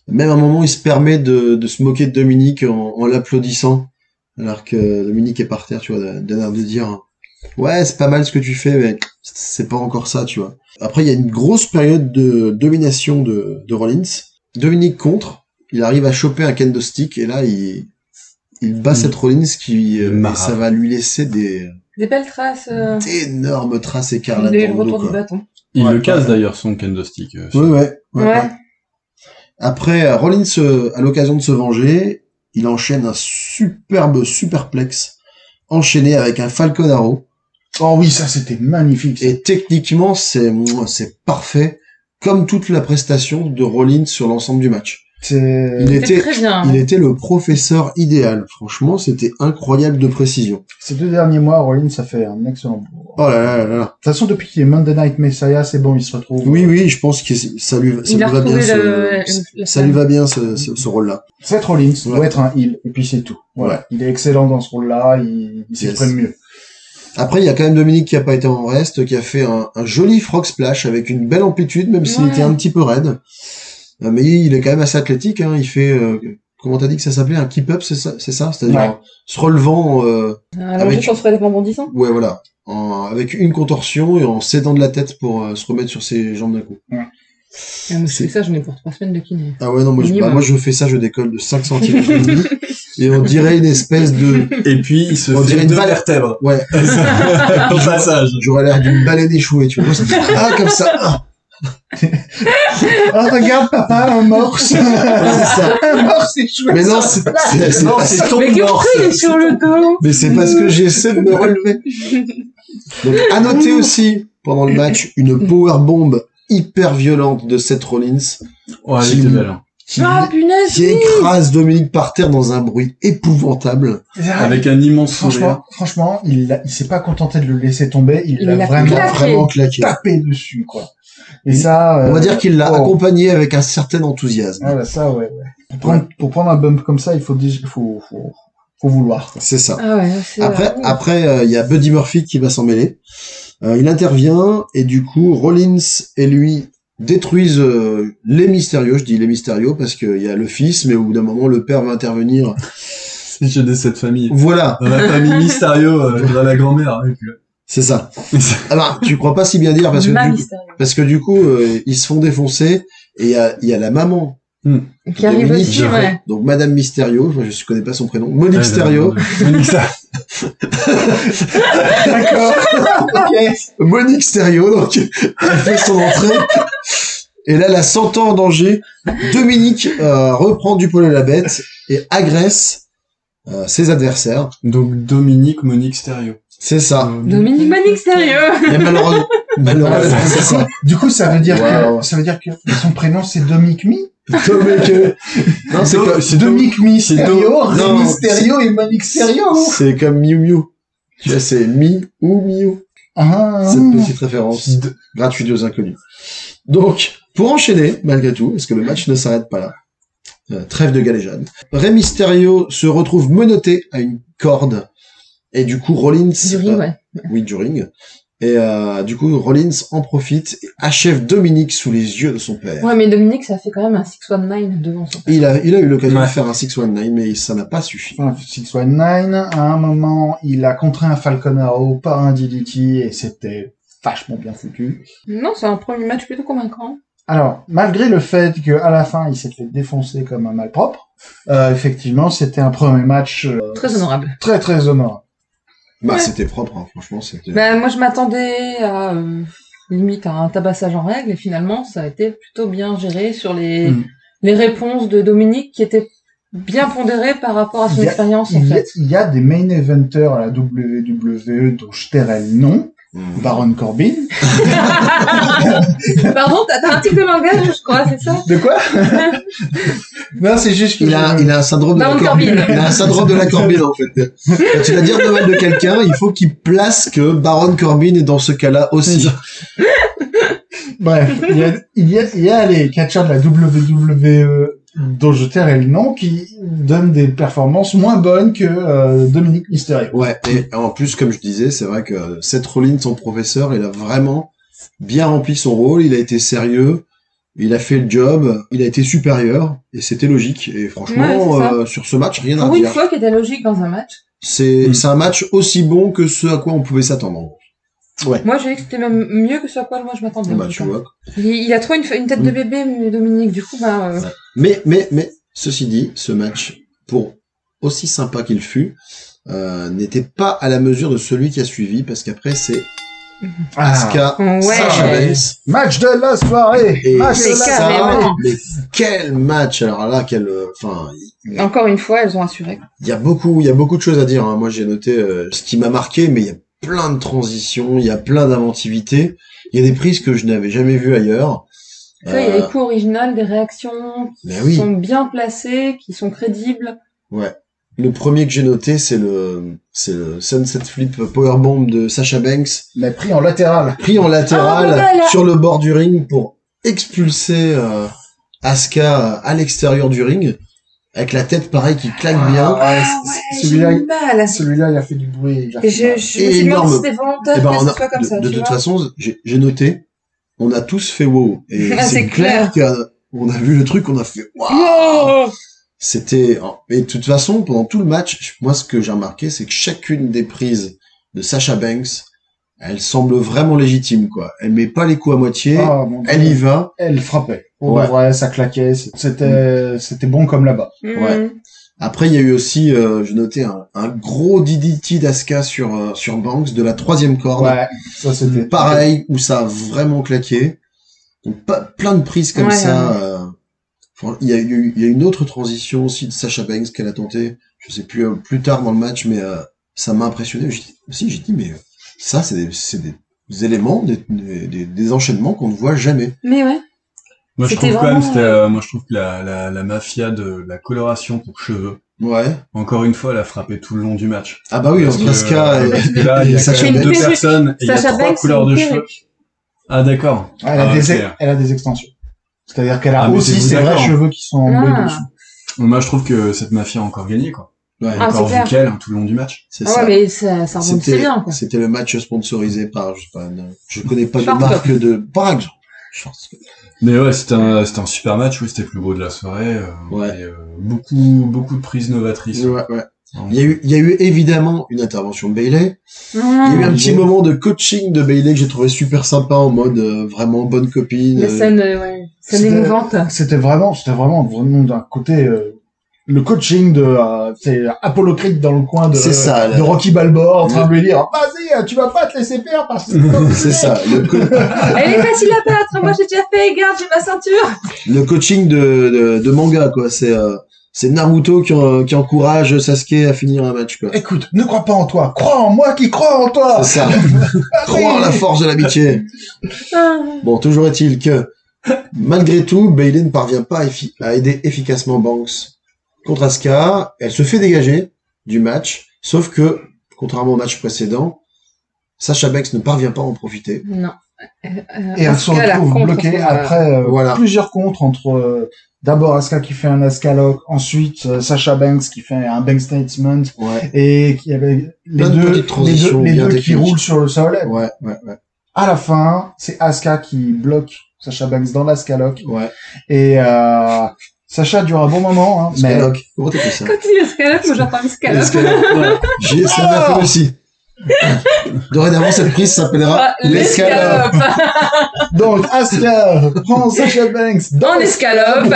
Même à un moment, il se permet de, de se moquer de Dominique en, en l'applaudissant, alors que Dominique est par terre, tu vois, d'un air de dire, hein, ouais, c'est pas mal ce que tu fais, mais c'est pas encore ça, tu vois. Après, il y a une grosse période de domination de, de Rollins. Dominique contre, il arrive à choper un kendo stick, et là, il, il bat
Mm.
cette Rollins qui, euh,
Marat.
ça va lui laisser des,
Des belles traces. Euh,
d'énormes traces écarlates
il a eu le
dans le dos.
retour du
Quoi.
bâton.
Il
Ouais,
le casse
ouais.
d'ailleurs son kendo stick. euh,
Ouais, ouais, ouais,
Ouais.
ouais. Après, euh, Rollins, euh, à l'occasion de se venger, il enchaîne un superbe superplex enchaîné avec un Falcon Arrow.
Oh oui, ça c'était magnifique. ça.
Et techniquement, c'est mouah, c'est parfait, comme toute la prestation de Rollins sur l'ensemble du match.
C'est-
Il
C'était
était,
Euh, très bien.
il était le professeur idéal. Franchement, c'était incroyable de précision.
Ces deux derniers mois, Rollins a fait un excellent boulot.
Oh là là là là.
De toute façon, depuis qu'il est Monday Night Messiah, c'est bon, il se retrouve.
Oui, oui, je pense que c'est- ça lui, ça
Il
lui
a
va bien.
retrouvé le-
ce,
le-
ça lui va bien ce, ce- ce rôle-là.
Seth Rollins doit
Ouais.
être un heel, et puis c'est tout. Voilà.
Ouais.
Il est excellent dans ce rôle-là, il, il s'exprime mieux.
Après, il y a quand même Dominique qui a pas été en reste, qui a fait un, un joli frog splash avec une belle amplitude, même s'il
Ouais.
était un petit peu raide. Euh, Mais il est quand même assez athlétique. Hein. Il fait, euh, comment t'as dit que ça s'appelait un keep up, c'est ça, c'est ça, c'est-à-dire
Ouais.
en se relevant. euh,
Alors,
avec-
je serait des rebondissants.
Ouais, voilà. En- avec une contorsion et en s'aidant de la tête pour euh, se remettre sur ses jambes d'un coup.
Ah, moi,
C'est-
c'est ça, j'en ai pour trois semaines de kiné.
Ah ouais, non, moi, je,
Minimum.
bah, moi je fais ça, je décolle de 5 cm et demi, et on dirait une espèce de...
Et puis, il se
On dirait
fait
une
deux
balle.
vertèbres.
Ouais,
Au passage.
j'aurais l'air d'une baleine échouée, tu vois. Ah, comme ça ah,
Ah, regarde, papa, un morse
C'est ça
Un morse échoué
Mais non, c'est... c'est- c'est-
Non, c'est ton
Mais
morse.
qu'est-ce qu'il est sur le dos
Mais c'est parce que j'essaie de me relever. Donc, à noter aussi, pendant le match, une powerbomb hyper violente de Seth Rollins
Ouais, elle était belle. hein.
qui,
Ah, punaise
qui écrase Dominique par terre dans un bruit épouvantable.
Avec un immense sourire.
Ah Franchement, franchement, il, l'a- il s'est pas contenté de le laisser tomber, il
Il
l'a
l'a
Il
vraiment
a
Claqué.
vraiment claqué.
tapé dessus, quoi. Et ça...
On va
euh,
dire qu'il l'a
oh.
accompagné avec un certain enthousiasme.
Voilà, ça, ouais. ouais. Pour, prendre, pour prendre un bump comme ça, il faut, déjà- faut, faut, faut vouloir. quoi.
C'est ça.
Ah ouais, c'est...
Après,
euh,
après, euh, il y a Buddy Murphy qui va s'en mêler. Euh, il intervient et du coup, Rollins et lui détruisent euh, les mystérieux. Je dis les mystérieux parce qu'il y a le fils, mais au bout d'un moment, le père va intervenir.
Si j'ai de cette famille.
Voilà,
Dans la famille mystérieux, euh, dans la grand-mère. et puis, euh,
c'est ça. Alors, tu crois pas si bien dire parce que
ma
du,
mystère.
parce que du coup, euh, ils se font défoncer et il y a, il y a la maman.
Qui arrive
Dominique,
aussi, ouais.
Donc, Madame Mysterio, je je connais pas son prénom, Monique
euh,
Mysterio,
Monique Ster-
D'accord
Monique Stereo, donc, elle fait son entrée. Et là, la sentant en danger, Dominique euh, reprend du poil à la bête et agresse euh, ses adversaires.
Donc, Dominique Monique Stereo.
C'est ça.
Euh,
Dominique Manique, sérieux
Et malheureusement, malheureusement c'est ça.
Du coup, ça veut dire
Wow.
que ça veut dire que son prénom c'est Dominic Mi.
Dominique, euh, non, c'est
Do-
comme,
c'est
Dominic Mi,
c'est
Stereo,
Do-
non,
Rey Mysterio et Manic Stereo.
c'est comme Miu Miu. Tu vois, c'est Mi ou Miu.
Ah,
Cette petite référence gratuite aux inconnus. Donc, pour enchaîner, malgré tout, parce que le match ne s'arrête pas là. Euh, trêve de galéjade. Rey Mysterio se retrouve menotté à une corde. Et du coup, Rollins...
Jury,
euh,
ouais.
Oui, du ring. Et euh, du coup, Rollins en profite et achève Dominique sous les yeux de son père.
Ouais, mais Dominique, ça fait quand même un 619 devant son...
Il a, il a eu l'occasion de
Ouais.
faire un 619, mais ça n'a pas suffi.
619, à un moment, il a contraint un Falcon Arrow par un DDT et c'était vachement bien foutu.
Non, c'est un premier match plutôt convaincant.
Alors, malgré le fait qu'à la fin, il s'est fait défoncer comme un malpropre, euh, effectivement, c'était un premier match euh,
Très honorable.
très très honorable.
Bah,
Ouais.
c'était propre, hein, franchement, c'était...
Ben, moi, je m'attendais à euh, limite à un tabassage en règle, et finalement, ça a été plutôt bien géré sur les,
Mm.
les réponses de Dominique qui étaient bien pondérées par rapport à son
Il y a-
expérience, en
Il y, a,
fait.
il y a des main eventers à la WWE dont je tairai le nom,
Mhm.
Baron Corbin.
Pardon, t'as t'as un tic de langage, je crois, c'est ça
De quoi Non, c'est juste que
Il a, il a un syndrome de la
Baron
corbine.
Corbin.
Il a un syndrome de la corbine, en fait. Quand tu vas dire de mal de quelqu'un, il faut qu'il place que Baron Corbin est dans ce cas-là aussi.
Bref, il y a, il y a, il y a les catcheurs de la WWE dont je tairai le nom qui donnent des performances moins bonnes que euh, Dominique Mysterio.
Ouais, et en plus, comme je disais, c'est vrai que Seth Rollins, son professeur, il a vraiment bien rempli son rôle, il a été sérieux, il a fait le job, il a été supérieur, et c'était logique. Et franchement,
Ouais, c'est ça.
euh, sur ce match, rien à
Pour une
dire.
fois qui était logique dans un match.
C'est
Mm.
c'est un match aussi bon que ce à quoi on pouvait s'attendre.
Moi, j'ai dit que c'était même mieux que ce à quoi moi je m'attendais.
Bah,
en tout
tu
cas.
vois.
il, il a trop une, une tête de bébé, mais Dominique, du coup, bah, euh,
Ouais. Mais, mais, mais, ceci dit, ce match, pour aussi sympa qu'il fut, euh, n'était pas à la mesure de celui qui a suivi, parce qu'après, c'est
Ah.
Asuka,
ouais.
Sasha Banks,
Match de la soirée
Et
Match
Mais
de la soirée
carrément.
ça, mais quel match Alors là, quel, euh, enfin,
encore une fois, elles ont assuré.
il y a beaucoup, il y a beaucoup de choses à dire. hein. Moi, j'ai noté euh, ce qui m'a marqué, mais il y a plein de transitions, il y a plein d'inventivité, il y a des prises que je n'avais jamais vues ailleurs.
Tu vois, il y a les coups originales, des réactions qui
Ben oui.
sont bien placées, qui sont crédibles.
Le premier que j'ai noté, c'est le, c'est le Sunset Flip Powerbomb de Sasha Banks,
Mais pris en latéral.
pris en latéral
Ah, voilà.
sur le bord du ring pour expulser euh, Asuka euh, à l'extérieur du ring, avec la tête pareil qui claque bien.
Ah, ouais, celui-là, il-
mal.
celui-là, il a fait du bruit. il a fait
Je,
mal.
je me suis demandé
Énorme.
si c'était volontaire
Eh ben,
que
on
ce
a-
soit comme
de,
ça.
de
tu
toute
vois.
façon, j'ai j'ai noté, on a tous fait wow. Et
Ah,
c'est
c'est
clair, qu'on a vu le truc, on a fait wow.
Wow
C'était. Et de toute façon, pendant tout le match, moi, ce que j'ai remarqué, c'est que chacune des prises de Sasha Banks, elle semble vraiment légitime, quoi. Elle met pas les coups à moitié,
Ah, mon Dieu.
elle y va.
Elle frappait. Pour
Ouais.
de vrai, ça claquait. C'était, c'était bon comme là-bas.
Ouais.
Mhm.
Après, il y a eu aussi, euh, je notais un, un gros DDT d'Asuka sur euh, sur Banks de la troisième corde.
Ouais, ça c'était.
Pareil, où ça a vraiment claqué. Donc, pas, plein de prises comme
Ouais,
ça. euh, fran- Il y, a eu, il y a eu une autre transition aussi de Sasha Banks qu'elle a tenté, je sais plus, euh, plus tard dans le match, mais euh, ça m'a impressionné. J'ai dit- Si, j'ai dit, mais euh, ça, c'est des, c'est des éléments, des, des- des- des enchaînements qu'on ne voit jamais.
Mais ouais.
Moi, je
C'était
trouve quand même,
vraiment-
c'était, euh, moi, je trouve que la, la, la mafia de la coloration pour cheveux,
Ouais.
encore une fois, elle a frappé tout le long du match.
Ah bah oui,
Parce
entre
que- euh,
Asuka et,
parce que là, il y a
Sasha
quand même
Banks.
deux
Une perruque.
personnes et il y a
Sacha
trois
Banks,
couleurs
une
de cheveux.
perruque.
Ah, d'accord.
Ouais, elle, a
Ah,
des,
ok.
elle a des extensions. C'est-à-dire qu'elle a
Ah, mais c'est
aussi
vous
ses vrais
d'accord.
cheveux qui sont
Ah.
bleus dessus.
Moi, je trouve que cette mafia a encore gagné, quoi.
Ouais,
Ah,
encore
c'est clair.
vu qu'elle, hein, tout le long du match.
c'est
Ah
ça.
ouais, mais ça, ça rebondissait
C'était
bien, quoi.
c'était le match sponsorisé par, je sais pas, une- je connais pas de
Shortstop.
marque de, par exemple. Shortstop.
Mais ouais, c'était un, c'était un super match, oui, c'était le plus beau de la soirée. euh,
Ouais.
et, euh, beaucoup, beaucoup de prises novatrices.
Ouais, ouais. Il y, a eu, il y a eu évidemment une intervention de Bailey. Il y a eu
Mhm.
un petit moment de coaching de Bailey que j'ai trouvé super sympa en mode euh, vraiment bonne copine.
La
euh,
scène, euh, ouais, scène
C'était-
émouvante.
C'était vraiment, c'était vraiment, vraiment d'un côté, euh, le coaching de, euh, c'est Apollo Creed dans le coin de,
C'est ça, là.
de Rocky Balboa en train de lui dire, vas-y, euh, tu vas pas te laisser faire parce que
C'est ça. Le, co-
Elle est facile à battre, moi j'ai déjà fait, regarde, j'ai ma ceinture.
le coaching de, de, de manga, quoi. C'est euh, c'est Naruto qui, en- qui encourage Sasuke à finir un match, quoi.
Écoute, ne crois pas en toi, crois en moi qui crois en toi.
C'est ça. Croire en la force de l'amitié.
Ah.
Bon, toujours est-il que, malgré tout, Bailey ne parvient pas à, effi- à aider efficacement Banks contre Asuka. Elle se fait dégager du match, sauf que, contrairement au match précédent, Sasha Banks ne parvient pas à en profiter.
Non. Euh, euh,
Et elle se
Asuka, la
retrouve
contre-
bloquée
contre-
après euh,
Voilà.
plusieurs contres entre euh, d'abord Asuka qui fait un Asuka Lock, ensuite euh, Sasha Banks qui fait un Bank Statement
Ouais,
et qui avait les
Plein de
deux,
petites
les
transitions
deux, les
bien
deux qui
techniques.
roulent sur le sol.
ouais, ouais, ouais.
À la fin, c'est Asuka qui bloque Sasha Banks dans l'Asuka Lock
ouais.
et euh, Sasha dure un bon moment, hein, mais
Scaloc. Comment t'appelles ça
Quand il escalope, moi j'entends
Le
l'escalope.
scaloc, ouais. J'ai, ça m'a fait aussi. Dorénavant, cette prise s'appellera l'escalope.
L'escalope.
donc Asuka prend Sasha Banks dans
Dans l'escalope.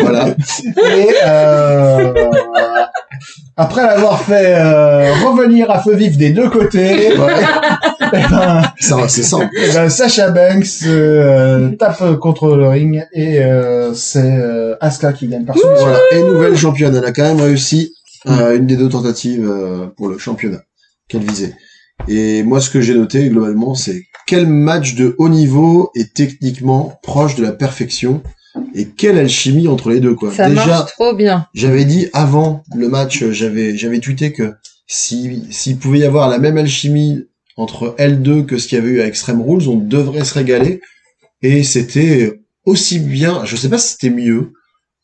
Voilà.
Et euh, après l'avoir fait euh, revenir à feu vif des deux côtés,
Ouais.
eh ben,
Ça, c'est ça.
eh ben, Sasha Banks euh, tape contre le ring et euh, c'est euh, Asuka qui gagne par soumission.
Voilà. Et nouvelle championne. Elle a quand même réussi euh, une des deux tentatives euh, pour le championnat qu'elle visait. Et moi, ce que j'ai noté globalement, c'est quel match de haut niveau est techniquement proche de la perfection et quelle alchimie entre les deux, quoi.
Ça
Déjà,
marche trop bien.
j'avais dit avant le match, euh, j'avais j'avais tweeté que si s'il pouvait y avoir la même alchimie entre L2 que ce qu'il y avait eu à Extreme Rules, on devrait se régaler. Et c'était aussi bien. Je sais pas si c'était mieux,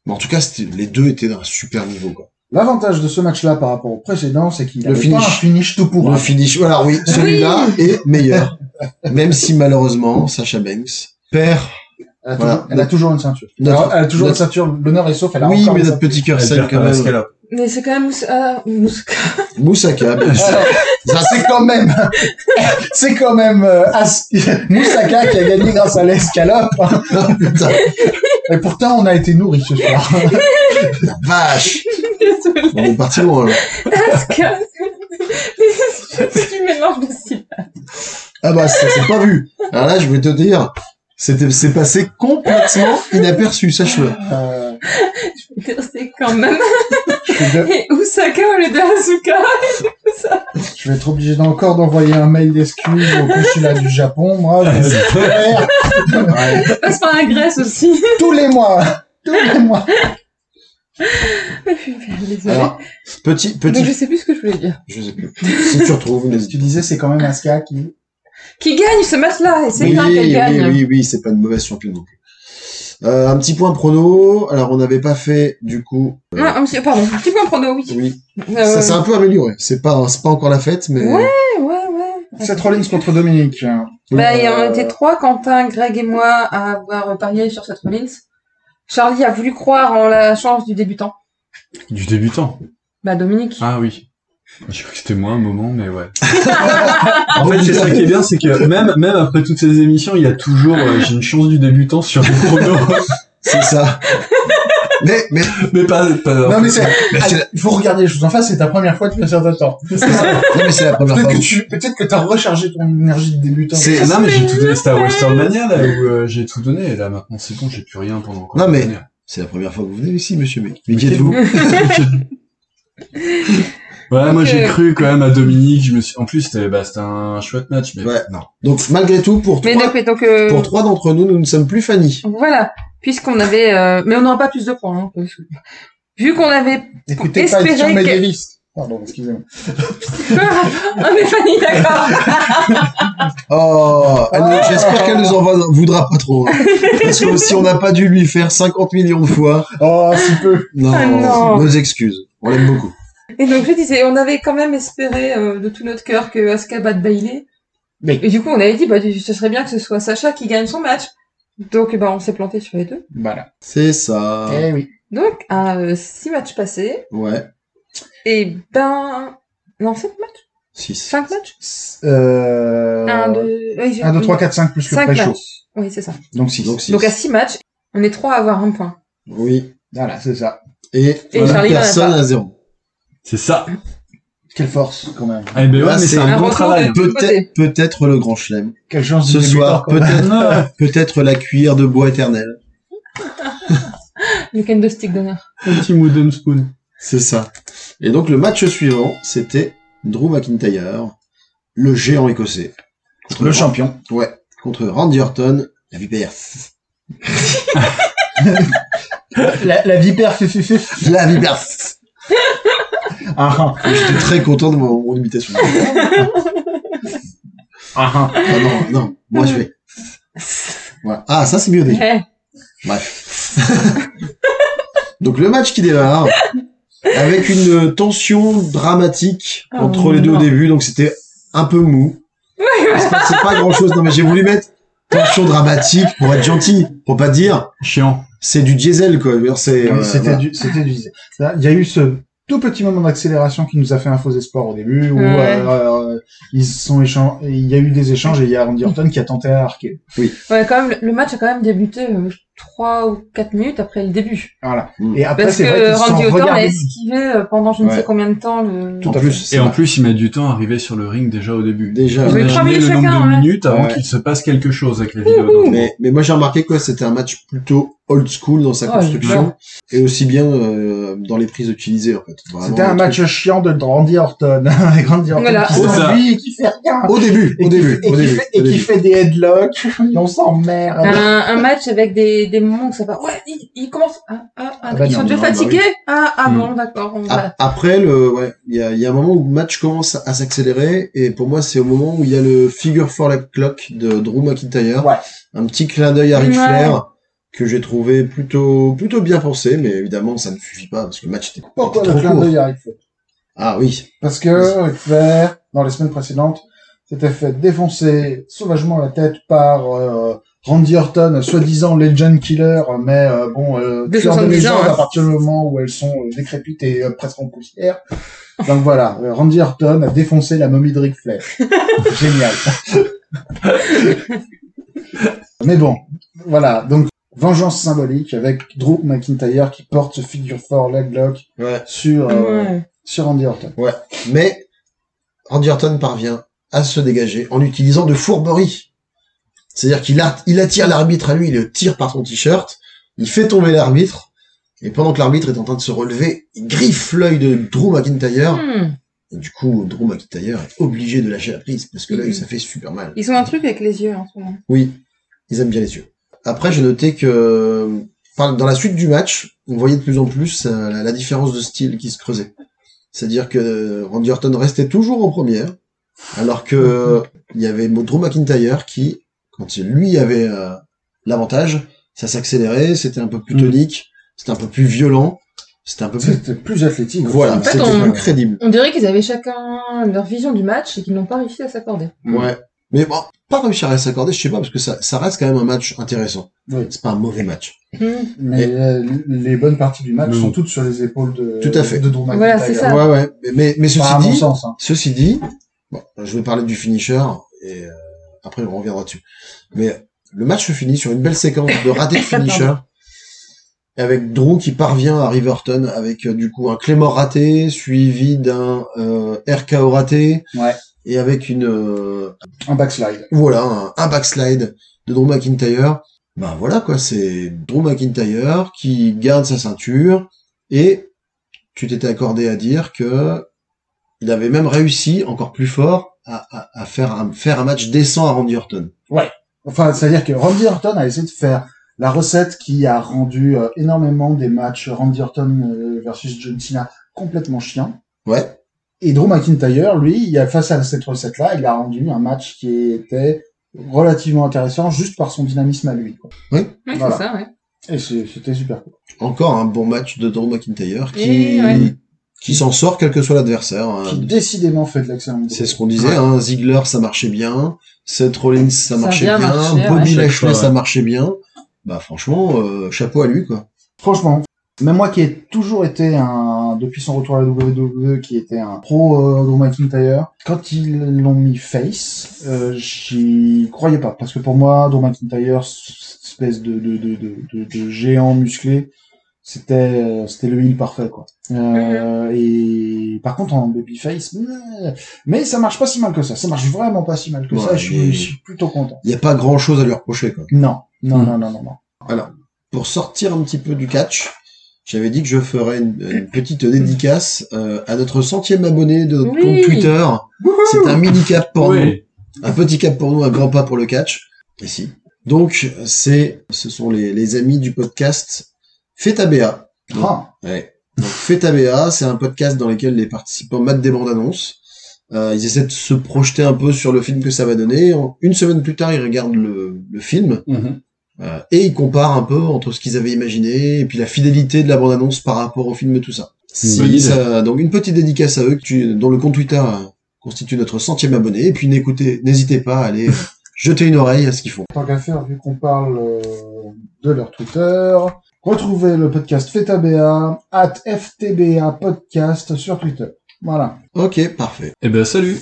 mais en tout cas, c'était- les deux étaient d'un super niveau. Quoi.
L'avantage de ce match-là par rapport au précédent, c'est qu'il
Le
a pas un
finish.
finish tout pour
Le finish, voilà, oui, celui-là est meilleur. Même si malheureusement, Sasha Banks perd.
Elle, a
Voilà.
toujours- elle a toujours une ceinture.
Notre-
Alors, elle a toujours
notre-
une ceinture, l'honneur est sauf. Elle a
Oui,
encore
mais
une
notre
ceinture.
petit cœur
Elle
saigne
perd
quand
par la
même.
scalope.
Mais c'est quand même mousse. ah, mousse-
Moussaka, bien sûr. Ça,
C'est quand même, c'est quand même euh, As- Moussaka qui a gagné grâce à l'escalope. hein.
c'est- putain,
Et pourtant, on a été nourris ce soir.
la vache.
Désolée.
On est parti loin, là.
Asuka. C'est une mélange de style.
Ah bah ça s'est pas vu. Alors là, je vais te dire, c'était c'est passé complètement inaperçu, sache-le.
Euh,
C'est quand même.
je suis de-
Et Usaka au lieu de Asuka. ça.
Je vais être obligé encore d'envoyer un mail d'excuse au consulat du Japon, moi. je vais le faire
Passe par la Grèce aussi.
tous les mois. Tous les mois.
Désolée.
Alors, petit,
Donc je
petit,
sais plus ce que je voulais dire.
je sais plus. Si tu retrouves, n'hésite
Tu disais, c'est quand même un ska qui...
Qui gagne ce match-là Et c'est
oui,
bien qu'elle
oui,
gagne.
oui, oui, c'est pas une mauvaise surprise non plus. Euh, un petit point prono. Alors, on n'avait pas fait, du coup. euh,
Non, un petit- pardon, un petit point prono, oui.
oui.
Euh,
Ça s'est un peu amélioré. C'est pas, c'est pas encore la fête, mais.
Ouais. ouais, ouais, ouais.
Seth Rollins contre Dominique.
Bah, il y
Euh,
en était trois, Quentin, Greg et moi, à avoir parié sur cette Rollins. Charlie a voulu croire en la chance du débutant.
Du débutant.
Bah, Dominique.
Ah oui. J'ai cru que c'était moi un moment, mais ouais. en fait, c'est ça qui est bien, c'est que même, même après toutes ces émissions, il y a toujours euh, j'ai une chance du débutant sur les pronos.
C'est ça. mais, mais,
mais pas, pas-
Non, mais c'est... Ah, Il faut regarder les choses en face, c'est ta première fois depuis un certain temps.
non, mais c'est la première
Peut-être
fois.
que
où-
tu peut-être que t'as rechargé ton énergie de débutant.
C'est-
non, mais j'ai tout donné, c'était à Westermania, là, où euh, j'ai tout donné, et là, maintenant, c'est bon, j'ai plus rien pendant encore
Non,
une
mais-
année.
C'est la première fois que vous venez ici, monsieur. Mais, mais qui êtes-vous?
Ouais, moi,
Ok.
j'ai cru, quand même, à Dominique, je me suis, en plus, c'était, bah, c'était un chouette match, mais
Ouais, non. Donc, malgré tout, pour
Mais
trois,
donc, mais donc, euh,
pour trois d'entre nous, nous ne sommes plus Fanny.
voilà. Puisqu'on avait, euh, mais on n'aura pas plus de points, hein, parce que- Vu qu'on avait
Écoutez pas les
espérer
tirs
que-
médiévistes. Pardon, excusez-moi.
peur, ah, mais Fanny, d'accord.
Oh, elle nous- j'espère qu'elle nous en va- voudra pas trop. hein. Parce que si on n'a pas dû lui faire 50 millions de fois,
Oh, si peu.
non,
Ah, non.
nos excuses. On l'aime beaucoup.
Et donc, je disais, on avait quand même espéré, euh, de tout notre cœur que Asuka batte Bailey.
Mais-
Et du coup, on avait dit, bah, ce serait bien que ce soit Sacha qui gagne son match. Donc, bah, on s'est planté sur les deux.
Voilà.
C'est ça.
Eh oui.
Donc, à euh, six matchs passés,
Ouais.
et ben. Non, sept matchs
6.
Cinq matchs
Euh...
Un, deux. Oui, j'ai-
1, 2, 3, 4, 5 plus le
Cinq
pré-show.
matchs. Oui, c'est ça.
Donc 6.
Donc 6.
Donc, à six matchs, on est trois à avoir un point.
Oui.
Voilà, c'est ça.
Et,
Et
une
Charlie n'en a
personne
pas.
à zéro.
c'est ça.
Quelle force, quand même.
Eh ben ouais,
Là,
mais
c'est
c'est un,
un
bon
retour
travail.
de- Côté.
Peut-être, peut-être le grand chelem.
Quelle chance
Ce
de débutant,
soir,
quand même.
peut-être,
Ouais.
peut-être la cuillère de bois éternelle.
Le candlestick stick d'honneur.
Un petit Wooden Spoon.
C'est ça. Et donc, le match suivant, c'était Drew McIntyre, le géant écossais. Contre
Le champion.
Ouais. Contre Randy Orton, la vipère.
La, la vipère fait fait fait.
La vipère.
Ah ah.
J'étais très content de mon, mon imitation.
Ah ah.
Ah non, non. Moi, je fais. Voilà. Ah, ça, c'est mieux déjà.
Eh,
Donc le match qui démarre avec une tension dramatique
Oh
entre les deux au
non.
début, donc c'était un peu mou. C'est pas, c'est pas grand chose. Non mais j'ai voulu mettre tension dramatique pour être gentil, pour pas dire
Chiant.
c'est du diesel quoi. Je veux dire, C'est euh,
C'était
voilà.
du, c'était du. Là, Il y a eu ce tout petit moment d'accélération qui nous a fait un faux espoir au début où
Ouais.
euh, euh, ils se sont échan- il y a eu des échanges et il y a Randy Orton qui a tenté à arquer.
Ouais, quand même, le- le match a quand même débuté euh, trois ou quatre minutes après le début.
Voilà.
Mm.
Et après
Parce
c'est vrai
que
qu'ils se sont
Randy Orton a
regardés.
esquivé euh, pendant je ne
Ouais.
sais combien de temps le.
En
Tout à
plus,
fait.
c'est
Et en plus, ils mettent du temps à arriver sur le ring déjà au début.
déjà.
Oui,
euh,
trois
Imaginez
minutes
le nombre
chacun, hein.
de
ouais.
minutes avant
Ouais.
qu'il se passe quelque chose avec la vidéo. d'un
Mais, mais moi j'ai remarqué que c'était un match plutôt old school dans sa
Oh,
construction
non.
et aussi bien euh, dans les prises utilisées en fait. Vraiment,
C'était un
le
match chiant de Randy Orton. Et Randy Orton
Voilà.
qui
C'est ça.
s'enfuit et qui fait rien.
truc. Au début,
Et
au
qui-
début,
et
au
qui
début.
fait- et
au
qui
début.
fait des headlocks, et on s'emmerde.
Un, un match avec des, des moments où ça va. Ouais, ils, ils commencent. Ah, ah, ah,
Ah bah
ils
non,
sont déjà
non, bah oui.
fatigués. Ah, ah
Hmm.
bon, d'accord. On va.
A- Après, le, ouais, il y a, il y a un moment où le match commence à s'accélérer, et pour moi, c'est au moment où il y a le figure for la clock de Drew McIntyre.
Ouais.
Un petit clin d'œil à Ric
Ouais.
Flair, que j'ai trouvé plutôt, plutôt bien pensé, mais évidemment, ça ne suffit pas, parce que le match était, était
Pourquoi
trop
le clin
court.
d'œil arrive
Ah oui.
Parce que Flair, dans les semaines précédentes, s'était fait défoncer sauvagement la tête par euh, Randy Orton, soi-disant legend killer, mais euh, bon, euh,
De
tueur de
70
légende
ans, hein.
à partir du moment où elles sont euh, décrépites et euh, presque en poussière. Donc voilà, euh, Randy Orton a défoncé la momie de Ric Flair. Génial. mais bon, voilà, donc vengeance symbolique avec Drew McIntyre qui porte ce figure fort leg lock
Ouais.
sur, euh,
Ouais.
sur Randy Orton.
Mais, Randy Orton parvient à se dégager en utilisant de fourberie. C'est-à-dire qu'il a- il attire l'arbitre à lui, il le tire par son t-shirt, il fait tomber l'arbitre, et pendant que l'arbitre est en train de se relever, il griffe l'œil de Drew McIntyre,
Hmm.
Et du coup, Drew McIntyre est obligé de lâcher la prise parce que l'œil,
Mhm.
ça fait super mal.
Ils ont un truc avec les yeux en ce moment.
Oui, ils aiment bien les yeux. Après, j'ai noté que enfin, dans la suite du match, on voyait de plus en plus euh, la, la différence de style qui se creusait. C'est-à-dire que Randy Orton restait toujours en première, alors que euh, il y avait Drew McIntyre qui, quand il- lui avait euh, l'avantage, ça s'accélérait, c'était un peu plus
Mm.
Mhm.
tonique, c'était un peu plus violent, c'était un peu plus...
C'était plus athlétique.
Voilà,
fait,
c'était
on-
plus crédible.
On dirait qu'ils avaient chacun leur vision du match et qu'ils n'ont pas réussi à s'accorder.
Mm.
Ouais. Mais bon, pas réussir à s'accorder, je sais pas, parce que ça, ça reste quand même un match intéressant.
Oui.
C'est pas un mauvais match.
Hmm.
Mais euh, les bonnes parties du match
Mm.
sont toutes sur les épaules de,
Tout à fait.
de Drew McIntyre.
Voilà, c'est ça.
Ouais, ouais. Mais, mais, mais
Enfin,
ceci
à mon
dit,
sens. hein.
ceci dit, bon, je vais parler du finisher et euh, après on reviendra dessus. Mais le match se finit sur une belle séquence de raté de finisher avec Drew qui parvient à Riverton avec euh, du coup un Claymore raté suivi d'un euh, RKO raté
Ouais.
et avec une euh,
Un backslide.
voilà, un, un backslide de Drew McIntyre. Ben voilà quoi, c'est Drew McIntyre qui garde sa ceinture et tu t'étais accordé à dire que il avait même réussi encore plus fort à, à- à faire, un, faire un match décent à Randy Orton.
Enfin, c'est-à-dire que Randy Orton a essayé de faire la recette qui a rendu euh, énormément des matchs Randy Orton euh, versus John Cena complètement chiants.
Ouais,
Et Drew McIntyre, lui, il a, face à cette recette-là, il a rendu un match qui était relativement intéressant juste par son dynamisme à lui. quoi.
Ouais,
Voilà.
c'est ça, ouais.
Et c'est- c'était super cool.
encore un bon match de Drew McIntyre qui,
Et ouais.
qui s'en sort quel que soit l'adversaire. hein.
Qui décidément fait de l'excellent.
C'est ce qu'on disait, hein, Ziggler ça marchait bien, Seth Rollins ça,
a
marchait bien,
bien marché,
Bobby
ouais. Chaque
Lashley
fois,
ça
ouais.
marchait bien. Bah franchement, euh, chapeau à lui quoi.
Franchement, même moi qui ai toujours été un, depuis son retour à la WWE, qui était un pro euh, Drew McIntyre, quand ils l'ont mis face, euh, j'y croyais pas. Parce que pour moi, Drew McIntyre, c- cette espèce de, de, de, de, de- de géant musclé, c'était euh, c'était le heel parfait quoi. Euh, Et par contre en babyface, mais, mais ça marche pas si mal que ça. Ça marche vraiment pas si mal que ça.
Ouais,
Je
mais-
suis, je suis plutôt content.
Il n'y a pas grand chose à lui reprocher. Quoi.
Non, non,
Hmm.
Mm.
non, non, non, non.
Pour sortir un petit peu du catch, j'avais dit que je ferais une, une petite dédicace euh, à notre centième abonné de notre
Oui.
compte Twitter. C'est un mini cap pour nous.
Oui.
Un petit cap pour nous, un grand pas pour le catch. Ici. Donc, c'est, ce sont les, les amis du podcast Feta BA. Donc,
Ah,
Ouais. Donc, Feta BA, c'est un podcast dans lequel les participants mettent des bandes annonces. Euh, ils essaient de se projeter un peu sur le film que ça va donner. En- Une semaine plus tard, ils regardent le, le film.
Mhm.
Euh, et ils comparent un peu entre ce qu'ils avaient imaginé et puis la fidélité de la bande-annonce par rapport au film et tout ça.
Une bonne
Si
idée.
ça- donc une petite dédicace à eux que tu- dont le compte Twitter euh, constitue notre centième abonné. Et puis n'écoutez, n'hésitez pas à aller euh, jeter une oreille à ce qu'ils font.
tant qu'à faire, vu qu'on parle euh, de leur Twitter, retrouvez le podcast FetaBA, at FTBA Podcast sur Twitter. Voilà.
Ok, parfait.
Eh ben salut.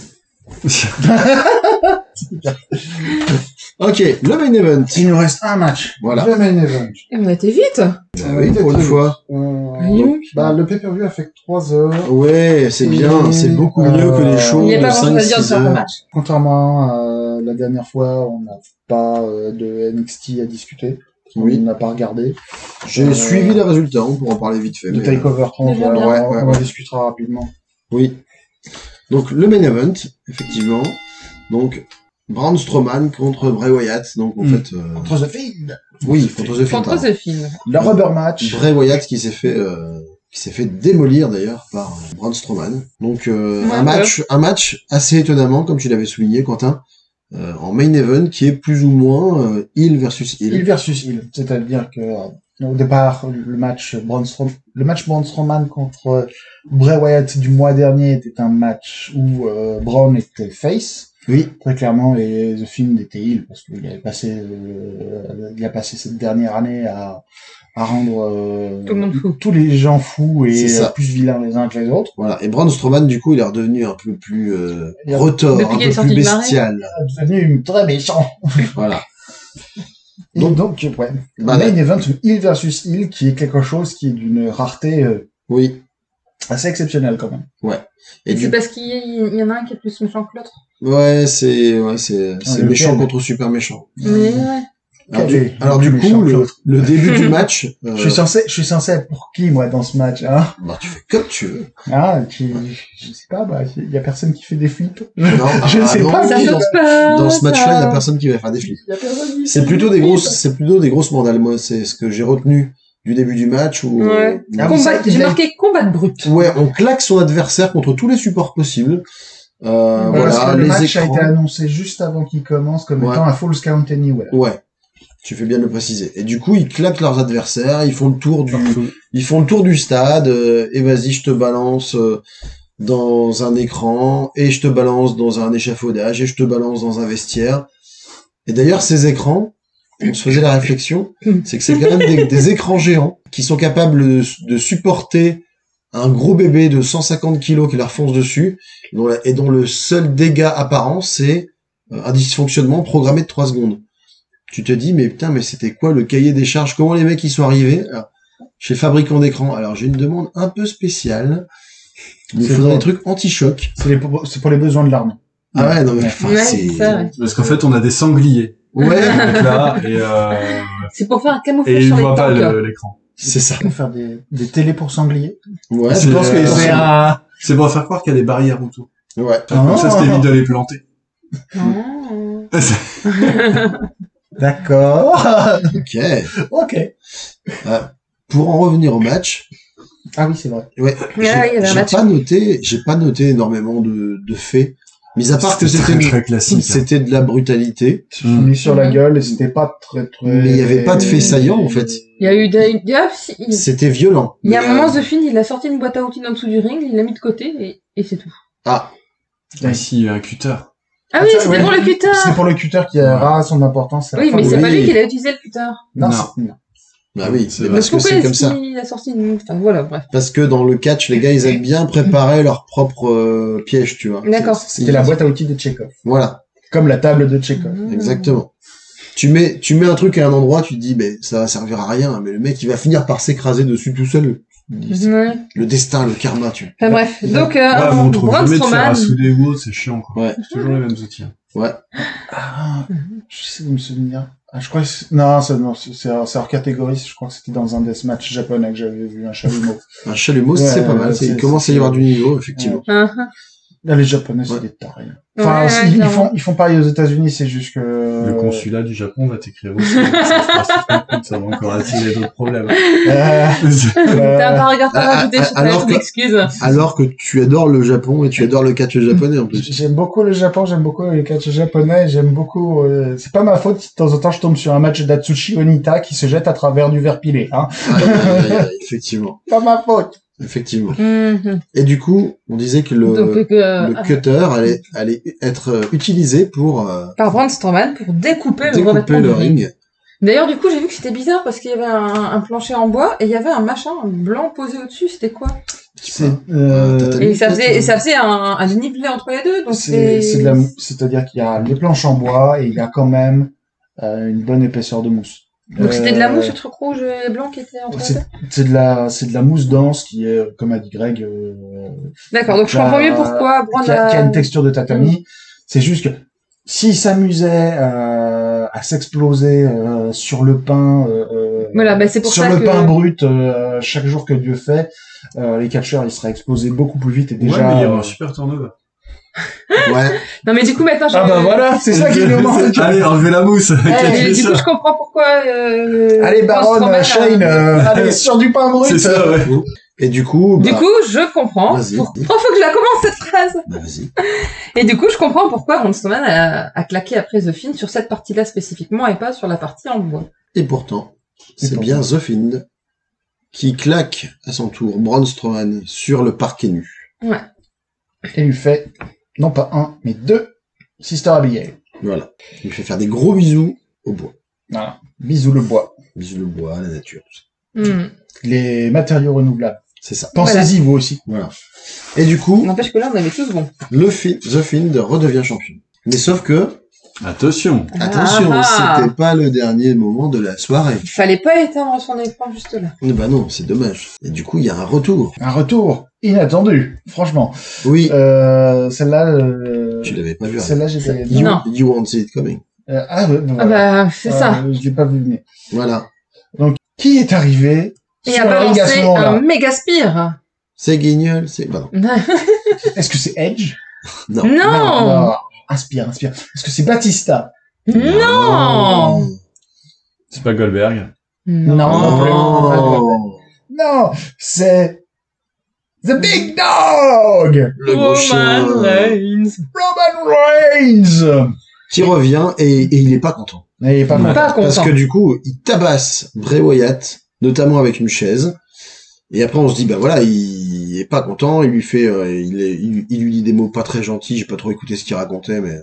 Ok, le main event.
Il nous reste un match.
Voilà.
Le main event.
Et on a été vite
Ah oui, pour une fois.
Euh,
Voyons.
bah, le pay-per-view a fait 3 heures.
Ouais, c'est bien, c'est beaucoup mieux que les
Il
shows
n'y a
de
pas grand-chose à dire
5-6
sur le
heures.
match.
Contrairement à la dernière fois, on n'a pas euh, de NXT à discuter.
Oui.
On n'a pas regardé.
J'ai
Euh,
suivi les résultats, on pourra en parler vite fait.
De
mais, euh,
Takeover 30,
Déjà
voilà,
bien.
on,
Ouais, ouais,
on en
ouais.
discutera rapidement.
Oui. Donc le main event, effectivement. Donc Braun Strowman contre Bray Wyatt. Donc en
Mm.
fait, euh,
Contre The Fiend.
oui, contre The Fiend.
Contre
pardon.
ce film.
Le rubber match.
Bray Wyatt qui s'est fait euh, qui s'est fait démolir d'ailleurs par euh, Braun Strowman. Donc euh,
Ouais,
un match un match assez étonnamment comme tu l'avais souligné Quentin euh, en main event qui est plus ou moins euh, heel versus heel.
Il versus il, c'est-à-dire que euh, au départ le match Braun Strom- le match Braun Strowman contre euh, Bray Wyatt du mois dernier était un match où euh, Braun était face
Oui.
très clairement et The Fiend était heel parce qu'il avait passé euh, il a passé cette dernière année à à rendre euh,
Tout le monde fou.
tous les gens fous
C'est
et
ça.
euh, plus vilains les uns que les autres
Voilà et Braun Strowman du coup il est redevenu un peu plus euh,
Il est-
retors,
Depuis
un
qu'il est
peu
sorti
plus
de Marais.
bestial.
devenu très méchant
voilà.
et
Donc-
donc, ouais
Bah,
main event heel versus heel qui est quelque chose qui est d'une rareté euh,
oui.
assez exceptionnelle quand même
Et
C'est
du
parce qu'il y, y en a un qui est plus méchant que l'autre.
Ouais, c'est ouais, c'est c'est
le
méchant
thème. Hmm.
contre super méchant.
Mais ouais.
Alors,
Quel
du,
est
alors,
le
du
plus
coup,
méchant
le, le début du match, euh,
euh, Je suis censé, je suis censé être pour qui moi dans ce match hein
bah, tu fais comme tu veux.
Ah, tu, je sais pas, bah il y a personne qui fait des flips.
Non,
Je sais pas,
Ah oui,
Ça
oui,
change
dans,
pas.
dans ce match-là, il n'y a
ça.
personne qui va faire des flics.
Il y a personne qui
C'est
fait
plutôt
des
des
flips.
grosses, c'est plutôt des grosses mandales. Moi, c'est ce que j'ai retenu du début du match où,
Ouais.
où-
Ah oui,
Combat-
ça, il
J'ai
a-
marqué combat de brut.
ouais, on claque son adversaire contre tous les supports possibles. Euh,
Voilà, parce
voilà,
que le
les
match a
écrans.
été annoncé juste avant qu'il commence comme
Ouais.
étant un false count anywhere.
Ouais. Tu fais bien de le préciser. Et du coup, ils claquent leurs adversaires, ils font le tour du, ils font le tour du stade, euh, et vas-y, je te balance euh, dans un écran, et je te balance dans un échafaudage, et je te balance dans un vestiaire. Et d'ailleurs, ces écrans, on se faisait la réflexion, c'est que c'est quand même des, des écrans géants qui sont capables de, de supporter un gros bébé de 150 kilos qui leur fonce dessus, dont la- et dont le seul dégât apparent, c'est euh, un dysfonctionnement programmé de 3 secondes. Tu te dis, mais putain, mais c'était quoi le cahier des charges Comment les mecs y sont arrivés Alors, chez fabricant d'écran. Alors j'ai une demande un peu spéciale. Il nous
C'est
faudrait
vrai.
des trucs anti-choc.
C'est les- pour c'est pour les besoins de l'armée.
Ah ouais, non mais
Ouais.
enfin,
Ouais,
c'est...
ça, ouais.
Parce qu'en fait, on a des sangliers.
Ouais,
Donc là, et, euh,
C'est pour faire un
et
camouflage
ils
sur les
voient pas
tanks.
le- l'écran.
c'est ça.
Pour faire des, des télés pour sangliers.
Ouais,
C'est-
Je pense que
euh,
c'est
Ah,
un...
C'est pour faire croire qu'il y a des barrières autour.
Ouais.
Comme ça,
Ah.
c'était vite de les planter.
Ah.
D'accord.
Ok.
ok.
Pour en revenir au match,
Ah oui, c'est vrai.
ouais,
Ouais,
j'ai-
il y avait un
j'ai
match.
pas noté, j'ai pas noté énormément de, de faits. Mis à part que
C'était très,
c'était
très classique. hein.
c'était de la brutalité.
Je
Mm.
mis sur la gueule et c'était pas très très...
Hmm. Mais il y avait pas de fait saillant, en fait.
Il y a eu des... il y a- si- il-
C'était violent.
Il y a
Mais,
un moment,
euh,
The Finn, il a sorti une boîte à outils en dessous du ring, il l'a mis de côté et, et c'est tout.
Ah,
Ah, si, un cutter.
Ah
Ah,
oui,
ça,
c'était
ouais.
pour le cutter
C'est pour le cutter qui a son importance. à la
Oui,
fin
mais
de-
c'est pas
Oui.
lui qui l'a utilisé le cutter.
Non,
Non.
c'est- non.
bah oui,
C'est vrai.
parce que
pourquoi
c'est comme
est-ce
ça.
qu'il a sorti une... Enfin, voilà, bref.
Parce que dans le catch, les gars, ils aiment bien préparer leur propre euh, piège, tu vois.
D'accord.
C'est-
C'était la boîte à outils de Chekhov.
Voilà.
Comme la table de Chekhov.
Mmh.
Exactement. Tu mets, tu mets un truc à un endroit, tu te dis, mais ça va servir à rien, mais le mec, il va finir par s'écraser dessus tout seul.
Ouais.
Le destin, le karma, tu vois.
Enfin, bref.
bah,
Donc, euh,
Ouais, mais on trouve
Braun
jamais de faire
Strowman.
à souder ou autre, c'est chiant, quoi.
Ouais.
C'est toujours les mêmes outils. hein.
Ah,
Mhm.
je sais de me souvenir. Ah, je crois que c'est- non, c'est non, c'est- c'est hors c'est hors catégorie. Je crois que c'était dans un deathmatch japonais que j'avais vu un chalumeau.
Un chalumeau,
Ouais,
c'est pas
ouais,
mal. c'est- Il
c'est-
commence à y avoir du niveau, effectivement.
Ah, ah.
Là, les japonais, c'est
Ouais.
des tarés. Enfin,
Ouais,
c'est-
ouais,
ils,
clairement.
font, ils font pareil aux États-Unis. C'est juste que euh,
Le consulat du Japon va t'écrire aussi. ça, je pense que ça va encore attirer d'autres problèmes.
Euh,
T'as un
euh,
paragraphe à
Ah, ah,
rajouter
ah,
sur
alors
ta liste
que-
d'excuses.
Alors que tu adores le Japon et tu adores le catch japonais, en plus.
J'aime beaucoup le Japon, j'aime beaucoup les catch japonais, j'aime beaucoup. euh, c'est pas ma faute si de temps en temps je tombe sur un match d'Atsushi Onita qui se jette à travers du verre pilé. Hein.
Aïe, aïe, aïe, aïe, effectivement.
Pas ma faute.
Effectivement.
Mhm.
Et du coup, on disait que le,
Donc, euh,
le cutter allait, allait être euh, utilisé pour euh,
par Braun Strowman pour découper, le revêtement
découper
du
le ring.
D'ailleurs, du coup, j'ai vu que c'était bizarre parce qu'il y avait un, un plancher en bois et il y avait un machin blanc posé au-dessus. C'était quoi
C'est
Euh,
euh,
t'as-
Et ça faisait,
ouais.
et ça faisait un, un dénivelé entre les deux. Donc
c'est c'est de la mou- c'est-à-dire qu'il y a les planches en bois et il y a quand même euh, une bonne épaisseur de mousse.
Donc c'était de la
Euh,
mousse, le truc rouge et blanc qui était entre les
C'est
deux.
c'est de la c'est de la mousse dense qui est comme a dit Greg euh,
D'accord, donc je
la-
comprends mieux pourquoi Braun
qui Bah, a, qui a
a...
une texture de tatami. C'est juste que s'il s'amusait euh, à s'exploser euh, sur le pain, euh, euh,
Voilà, bah, c'est pour
sur
ça
le
que-
pain brut euh, chaque jour que Dieu fait, euh, les catcheurs ils seraient explosés beaucoup plus vite et
Déjà,
déjà.
mais il y a
euh,
un super turnover.
Ouais.
Non mais du coup maintenant je...
Ah bah voilà, c'est ça qui nous manque.
Allez, enlevez la mousse.
Eh,
Cachez
du
ça.
coup je comprends pourquoi... Euh,
Allez
Braun Strowman
Baron,
a-
Shane, euh, allez sur du pain brut.
C'est ça, ouais.
Et du coup,
Du
bah,
coup, je comprends.
Vas-y.
Pour... Oh, faut que je la commence cette phrase.
bah, vas-y.
Et du coup, je comprends pourquoi Braun Strowman a, a claqué après The Fin sur cette partie-là spécifiquement et pas sur la partie en bois.
Et pourtant, c'est
pourtant.
bien The Fiend qui claque à son tour Braun Strowman sur le parquet nu.
Et lui fait non pas un mais deux Sister Abigail.
Voilà. Il lui fait faire des gros bisous au bois.
Voilà. Bisous le bois.
Bisous le bois, à la nature. tout ça.
Hmm.
Les matériaux renouvelables.
C'est ça.
Pensez-y vous aussi.
Voilà. Et du coup,
N'empêche que là, on avait tous bon.
le Fi- The Fiend redevient champion. Mais sauf que,
Attention.
attention,
Ah, ah.
c'était pas le dernier moment de la soirée.
Il fallait pas éteindre son écran juste là.
Eh Ben non, c'est dommage. Et du coup, il y a un retour.
Un retour inattendu, franchement.
Oui,
Euh, celle-là, euh,
tu l'avais pas vu. hein.
celle-là,
Ça,
j'étais.
you,
Non.
you won't see it coming.
Euh, ah ouais, ben
Ah
voilà.
bah, c'est
Ah,
ça.
euh, Je l'ai pas vu venir.
Voilà.
Qui est arrivé
Et
sur
a
la ligne à
balancé
ce
un
moment-là
méga spire.
C'est Guignol, c'est... Bah non.
Est-ce que c'est Edge
non
Inspire, inspire. Est-ce que c'est Batista
Non
C'est pas Goldberg.
Oh.
Non. Non, c'est The Big Dog,
Le gros chien
Roman
euh,
Reigns.
Roman Reigns.
qui revient et, et il est pas content.
Mais il est pas mal.
Pas
Parce
content.
que du coup, il tabasse Bray Wyatt, notamment avec une chaise. Et après, on se dit, bah voilà, il est pas content. Il lui fait, euh, il, est- il- il lui dit des mots pas très gentils. J'ai pas trop écouté ce qu'il racontait, mais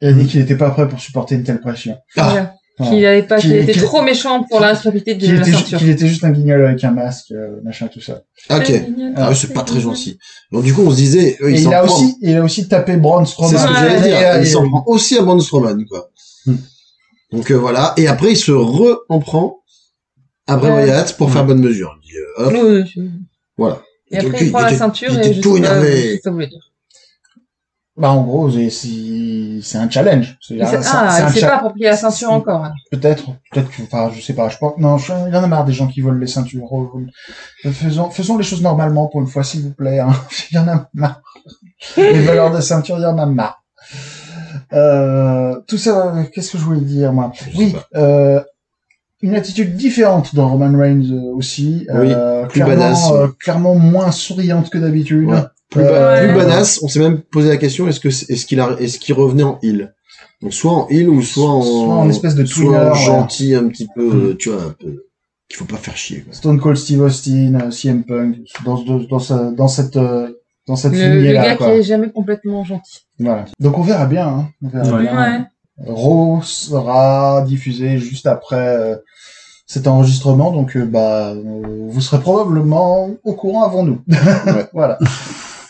Il a dit qu'il n'était pas prêt pour supporter une telle pression.
ah,
Voilà.
Qu'il avait pas, qu'il
Qu'il-
était
qu'il-
trop méchant pour la responsabilité de
Qu'il
la
était, ju-
ceinture.
qu'il était juste un guignol avec un masque, euh, machin, tout ça.
ok.
Euh,
Ah ouais, c'est pas très gentil. Donc du coup, on se disait, euh,
Et
s'en
il a
prend.
aussi, il a aussi tapé Braun
C'est
Strowman.
ce que
Ouais.
j'allais
Et,
dire.
euh, et-
Il s'en prend aussi à Braun Strowman, quoi.
Hmm.
Donc euh, voilà. Et après, il se re en prend à Bray
Ouais.
Wyatt pour faire bonne mesure. Il dit, euh, hop,
Oui, oui,
voilà.
Et
Donc,
après,
il
il prend la
était-
ceinture
il
et
était
je
tout
sais pas
énervé.
ce que ça voulait dire.
Bah, en gros, c'est- c'est c'est un challenge. C'est
Il s'est-
un- c'est un-
Ah,
c'est
il
un
s'est
cha-
pas approprié la ceinture encore. hein.
Peut-être, peut-être que, enfin, je sais pas, je pense, non, je- il y en a marre des gens qui volent les ceintures. Euh, Faisons, faisons les choses normalement pour une fois, s'il vous plaît, hein. Il y en a marre. Les valeurs de ceinture, il y en a marre. Euh, tout ça, euh, qu'est-ce que je voulais dire, moi?
Je sais
Oui,
pas.
euh, une attitude différente dans Roman Reigns euh, aussi.
Oui,
euh,
plus
clairement,
badass, ouais.
euh, clairement moins souriante que d'habitude.
Ouais. Plus, ba-
Ouais.
plus badass. On s'est même posé la question est-ce que est-ce qu'il a est-ce qu'il revenait en heal Donc soit en heal ou soit en
Soit en espèce de
soit en
tweener, ouais.
gentil un petit peu, euh, tu vois, un peu qu'il faut pas faire chier. quoi.
Stone Cold Steve Austin, euh, CM Punk, dans, ce- dans, ce- dans cette, euh, dans cette
Le, le
lignée-là,
gars qui
quoi.
est jamais complètement gentil.
Voilà. Donc on verra bien. Hein. On verra
Ouais.
bien. Raw sera diffusé juste après euh, cet enregistrement, donc euh, bah euh, vous serez probablement au courant avant nous. voilà.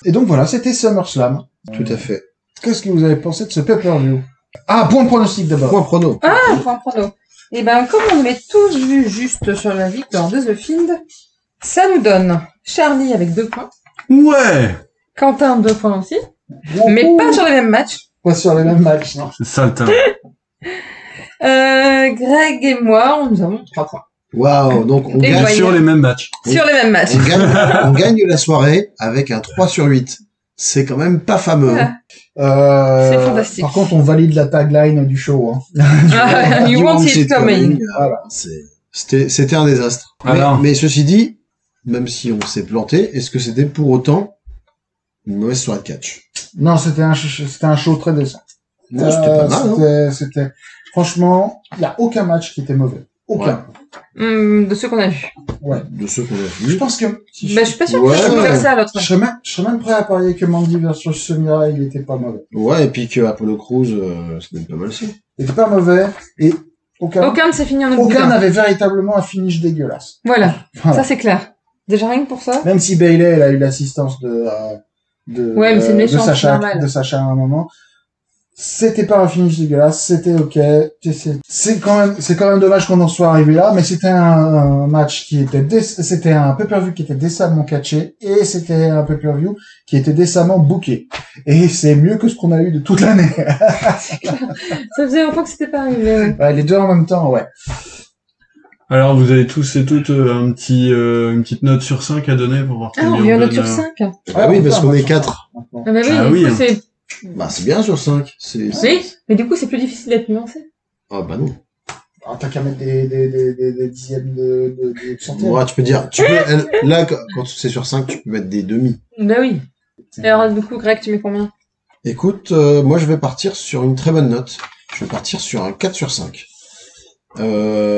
Et donc voilà, c'était SummerSlam.
Tout à fait.
Qu'est-ce que vous avez pensé de ce pay-per-view Ah, point de pronostic d'abord.
Point prono.
Ah, point prono. Et ben, comme on avait tous vu juste sur la victoire de The Find, ça nous donne Charlie avec deux points,
Ouais
Quentin deux points aussi, mais pas sur les mêmes matchs.
Pas sur les mêmes matchs. Non.
C'est ça le teint.
Euh, Greg et moi, nous avons trois points.
Waouh. Donc on
Et
gagne,
Bien
voyez.
sûr, les mêmes matchs.
Oui.
Sur les mêmes matchs.
on gagne on gagne la soirée avec un 3 sur 8. C'est quand même pas fameux. hein.
Euh,
C'est fantastique.
Par contre, on valide la tagline du show. Hein.
Ah, you won't see it coming.
Euh,
Voilà.
c'est- C'était c'était un désastre. Mais-
Alors.
mais, ceci dit, même si on s'est planté, est-ce que c'était pour autant une mauvaise soirée de catch
Non, c'était un, ch- c'était un show très décent.
Non, c'était
Euh,
pas mal.
c'était-
hein.
C'était, franchement, il n'y a aucun match qui était mauvais. Aucun.
Hum, de ceux qu'on a vus.
De ceux qu'on a
Je
vus.
pense que. si
Mais je suis pas sûre
Ouais.
que je peux faire ça à l'autre.
je, serais même, je serais même prêt à parier que Mandy versus Sonia, il était pas mauvais.
Ouais, et puis que Apollo Crews, euh, c'était pas mal aussi.
Il était pas mauvais et aucun,
Aucun ne s'est fini en
aucun
aucun.
n'avait véritablement un finish dégueulasse.
Voilà,
Voilà.
ça c'est clair. Déjà rien que pour ça.
Même si Bailey, elle a eu l'assistance de, euh, de,
Ouais, mais c'est
euh, de
méchant, c'est
Sacha,
normal.
de Sacha à un moment. C'était pas un finish dégueulasse, c'était ok. C'est- C'est quand même, c'est quand même dommage qu'on en soit arrivé là, mais c'était un, un match qui était, dé- c'était un pay-per-view qui était décemment catché et c'était un pay-per-view qui était décemment booké. Et c'est mieux que ce qu'on a eu de toute l'année.
Ça faisait longtemps que c'était pas arrivé. ouais.
Ouais, les deux en même temps, ouais.
Alors, vous avez tous et toutes euh, un petit, euh, une petite note sur 5 à donner pour voir
Ah, on
combien
vient
donne,
de sur
euh,
5.
Ah oui, parce qu'on est
quatre.
4.
Ah, bah oui,
Ah
du
oui,
coup,
hein.
c'est...
Bah, c'est bien sur 5. C'est, c'est-
Oui, mais du coup, c'est plus difficile d'être nuancé.
Ah, bah non.
Ah, T'as qu'à mettre des, des, des, des, des dixièmes de, de, de centièmes.
Ouais, tu peux dire, tu peux, elle- là, quand quand c'est sur 5, tu peux mettre des demi.
Bah oui. Et alors, du coup, Greg, tu mets combien
Écoute, euh, moi je vais partir sur une très bonne note. Je vais partir sur un 4 sur 5. Il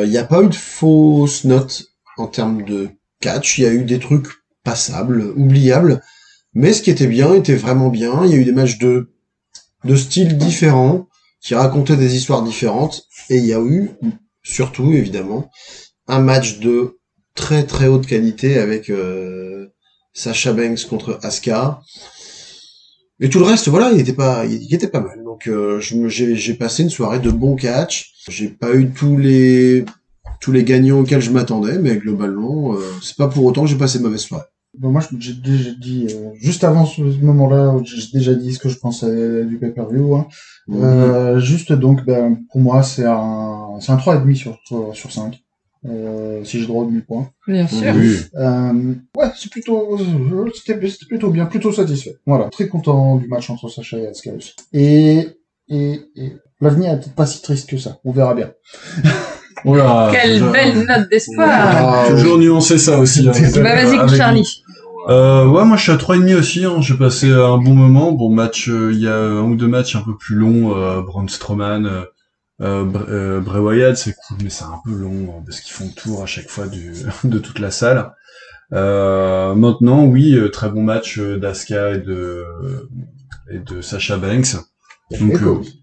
n'y a pas eu de fausse note en termes de catch. Il y a eu des trucs passables, oubliables. Mais ce qui était bien était vraiment bien. Il y a eu des matchs de, de styles différents qui racontaient des histoires différentes. Et il y a eu, surtout évidemment, un match de très très haute qualité avec euh, Sasha Banks contre Asuka. Mais tout le reste, voilà, il était pas, il il était pas mal. Donc, euh, je me- j'ai j'ai passé une soirée de bons catch. J'ai pas eu tous les tous les gagnants auxquels je m'attendais, mais globalement, euh, c'est pas pour autant que j'ai passé une mauvaise soirée.
Bon, moi, je- j'ai déjà dit, euh, juste avant ce ce moment-là, j'ai déjà dit ce que je pensais du pay-per-view. hein.
Mhm.
Euh, juste donc, ben, pour moi, c'est un, c'est un 3,5 sur, sur 5. Euh, si j'ai droit au demi-point.
Bien sûr.
Oui.
Euh, ouais, c'est plutôt, euh, c'était c'était plutôt bien, plutôt satisfait. Voilà, très content du match entre Sacha et Asuka aussi. Et, et, et l'avenir est peut-être pas si triste que ça. On verra bien.
Oula,
Quelle
je-
belle note d'espoir.
Ah,
Toujours nuancer ça aussi. hein,
Bah,
Bah,
avec-
vas-y,
avec-
Charlie.
Euh, ouais, moi je suis à 3,5 aussi. Hein. J'ai passé euh, un bon moment. Bon match, euh, il y a un ou deux matchs un peu plus longs. Euh, Braun Strowman, euh, euh, Br- euh, Bray Wyatt, c'est cool, mais c'est un peu long hein, parce qu'ils font le tour à chaque fois du, de toute la salle. Euh, maintenant, oui, euh, très bon match euh, d'Asuka et de, et de Sasha Banks.
il y a
Donc,
Echo
euh,
aussi.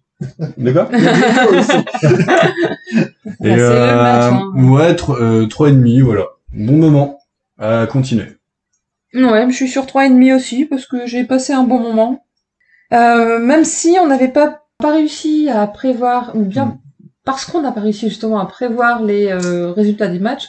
De quoi
Il y a Echo aussi.
Bah, c'est le match, hein.
ouais, tro- euh, trois et demi, voilà. Bon moment à continuer.
Ouais, je suis sur trois et demi aussi parce que j'ai passé un bon moment. Euh, même si on n'avait pas, pas réussi à prévoir, ou bien
Hmm.
parce qu'on n'a pas réussi justement à prévoir les euh, résultats des matchs,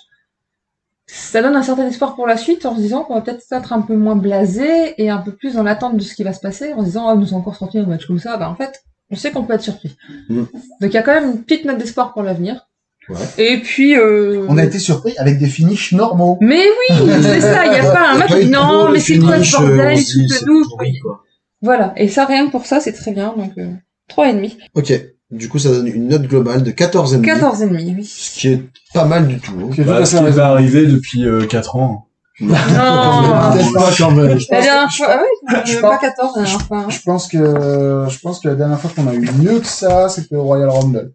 ça donne un certain espoir pour la suite en se disant qu'on va peut-être être un peu moins blasé et un peu plus dans l'attente de ce qui va se passer en se disant ah nous sommes encore sortis un match comme ça, bah en fait on sait qu'on peut être surpris.
Hmm.
Mm.
Donc il y a quand même une petite note d'espoir pour l'avenir.
Ouais.
Et puis euh,
On a été surpris avec des finishes normaux.
mais oui,
euh,
c'est ça, il n'y a pas un match. où, Non, mais c'est quoi
euh,
ce bordel,
euh,
tout de nous. Voilà, et ça, rien que pour ça, c'est très bien. Donc, euh, 3,5.
Ok, du coup ça donne une note globale de 14,5,
14,5, oui.
ce qui est pas mal du tout. hein.
C'est tout
Bah,
à
ce
fait
qui
raison.
va arriver depuis 4 ans.
Non
Peut-être pas quand même. Je
La
pense-
dernière fois, ah oui,
je
euh,
pense-
pas 14, la dernière fois. hein.
Je pense que je pense que la dernière fois qu'on a eu mieux que ça, c'était au Royal Rumble.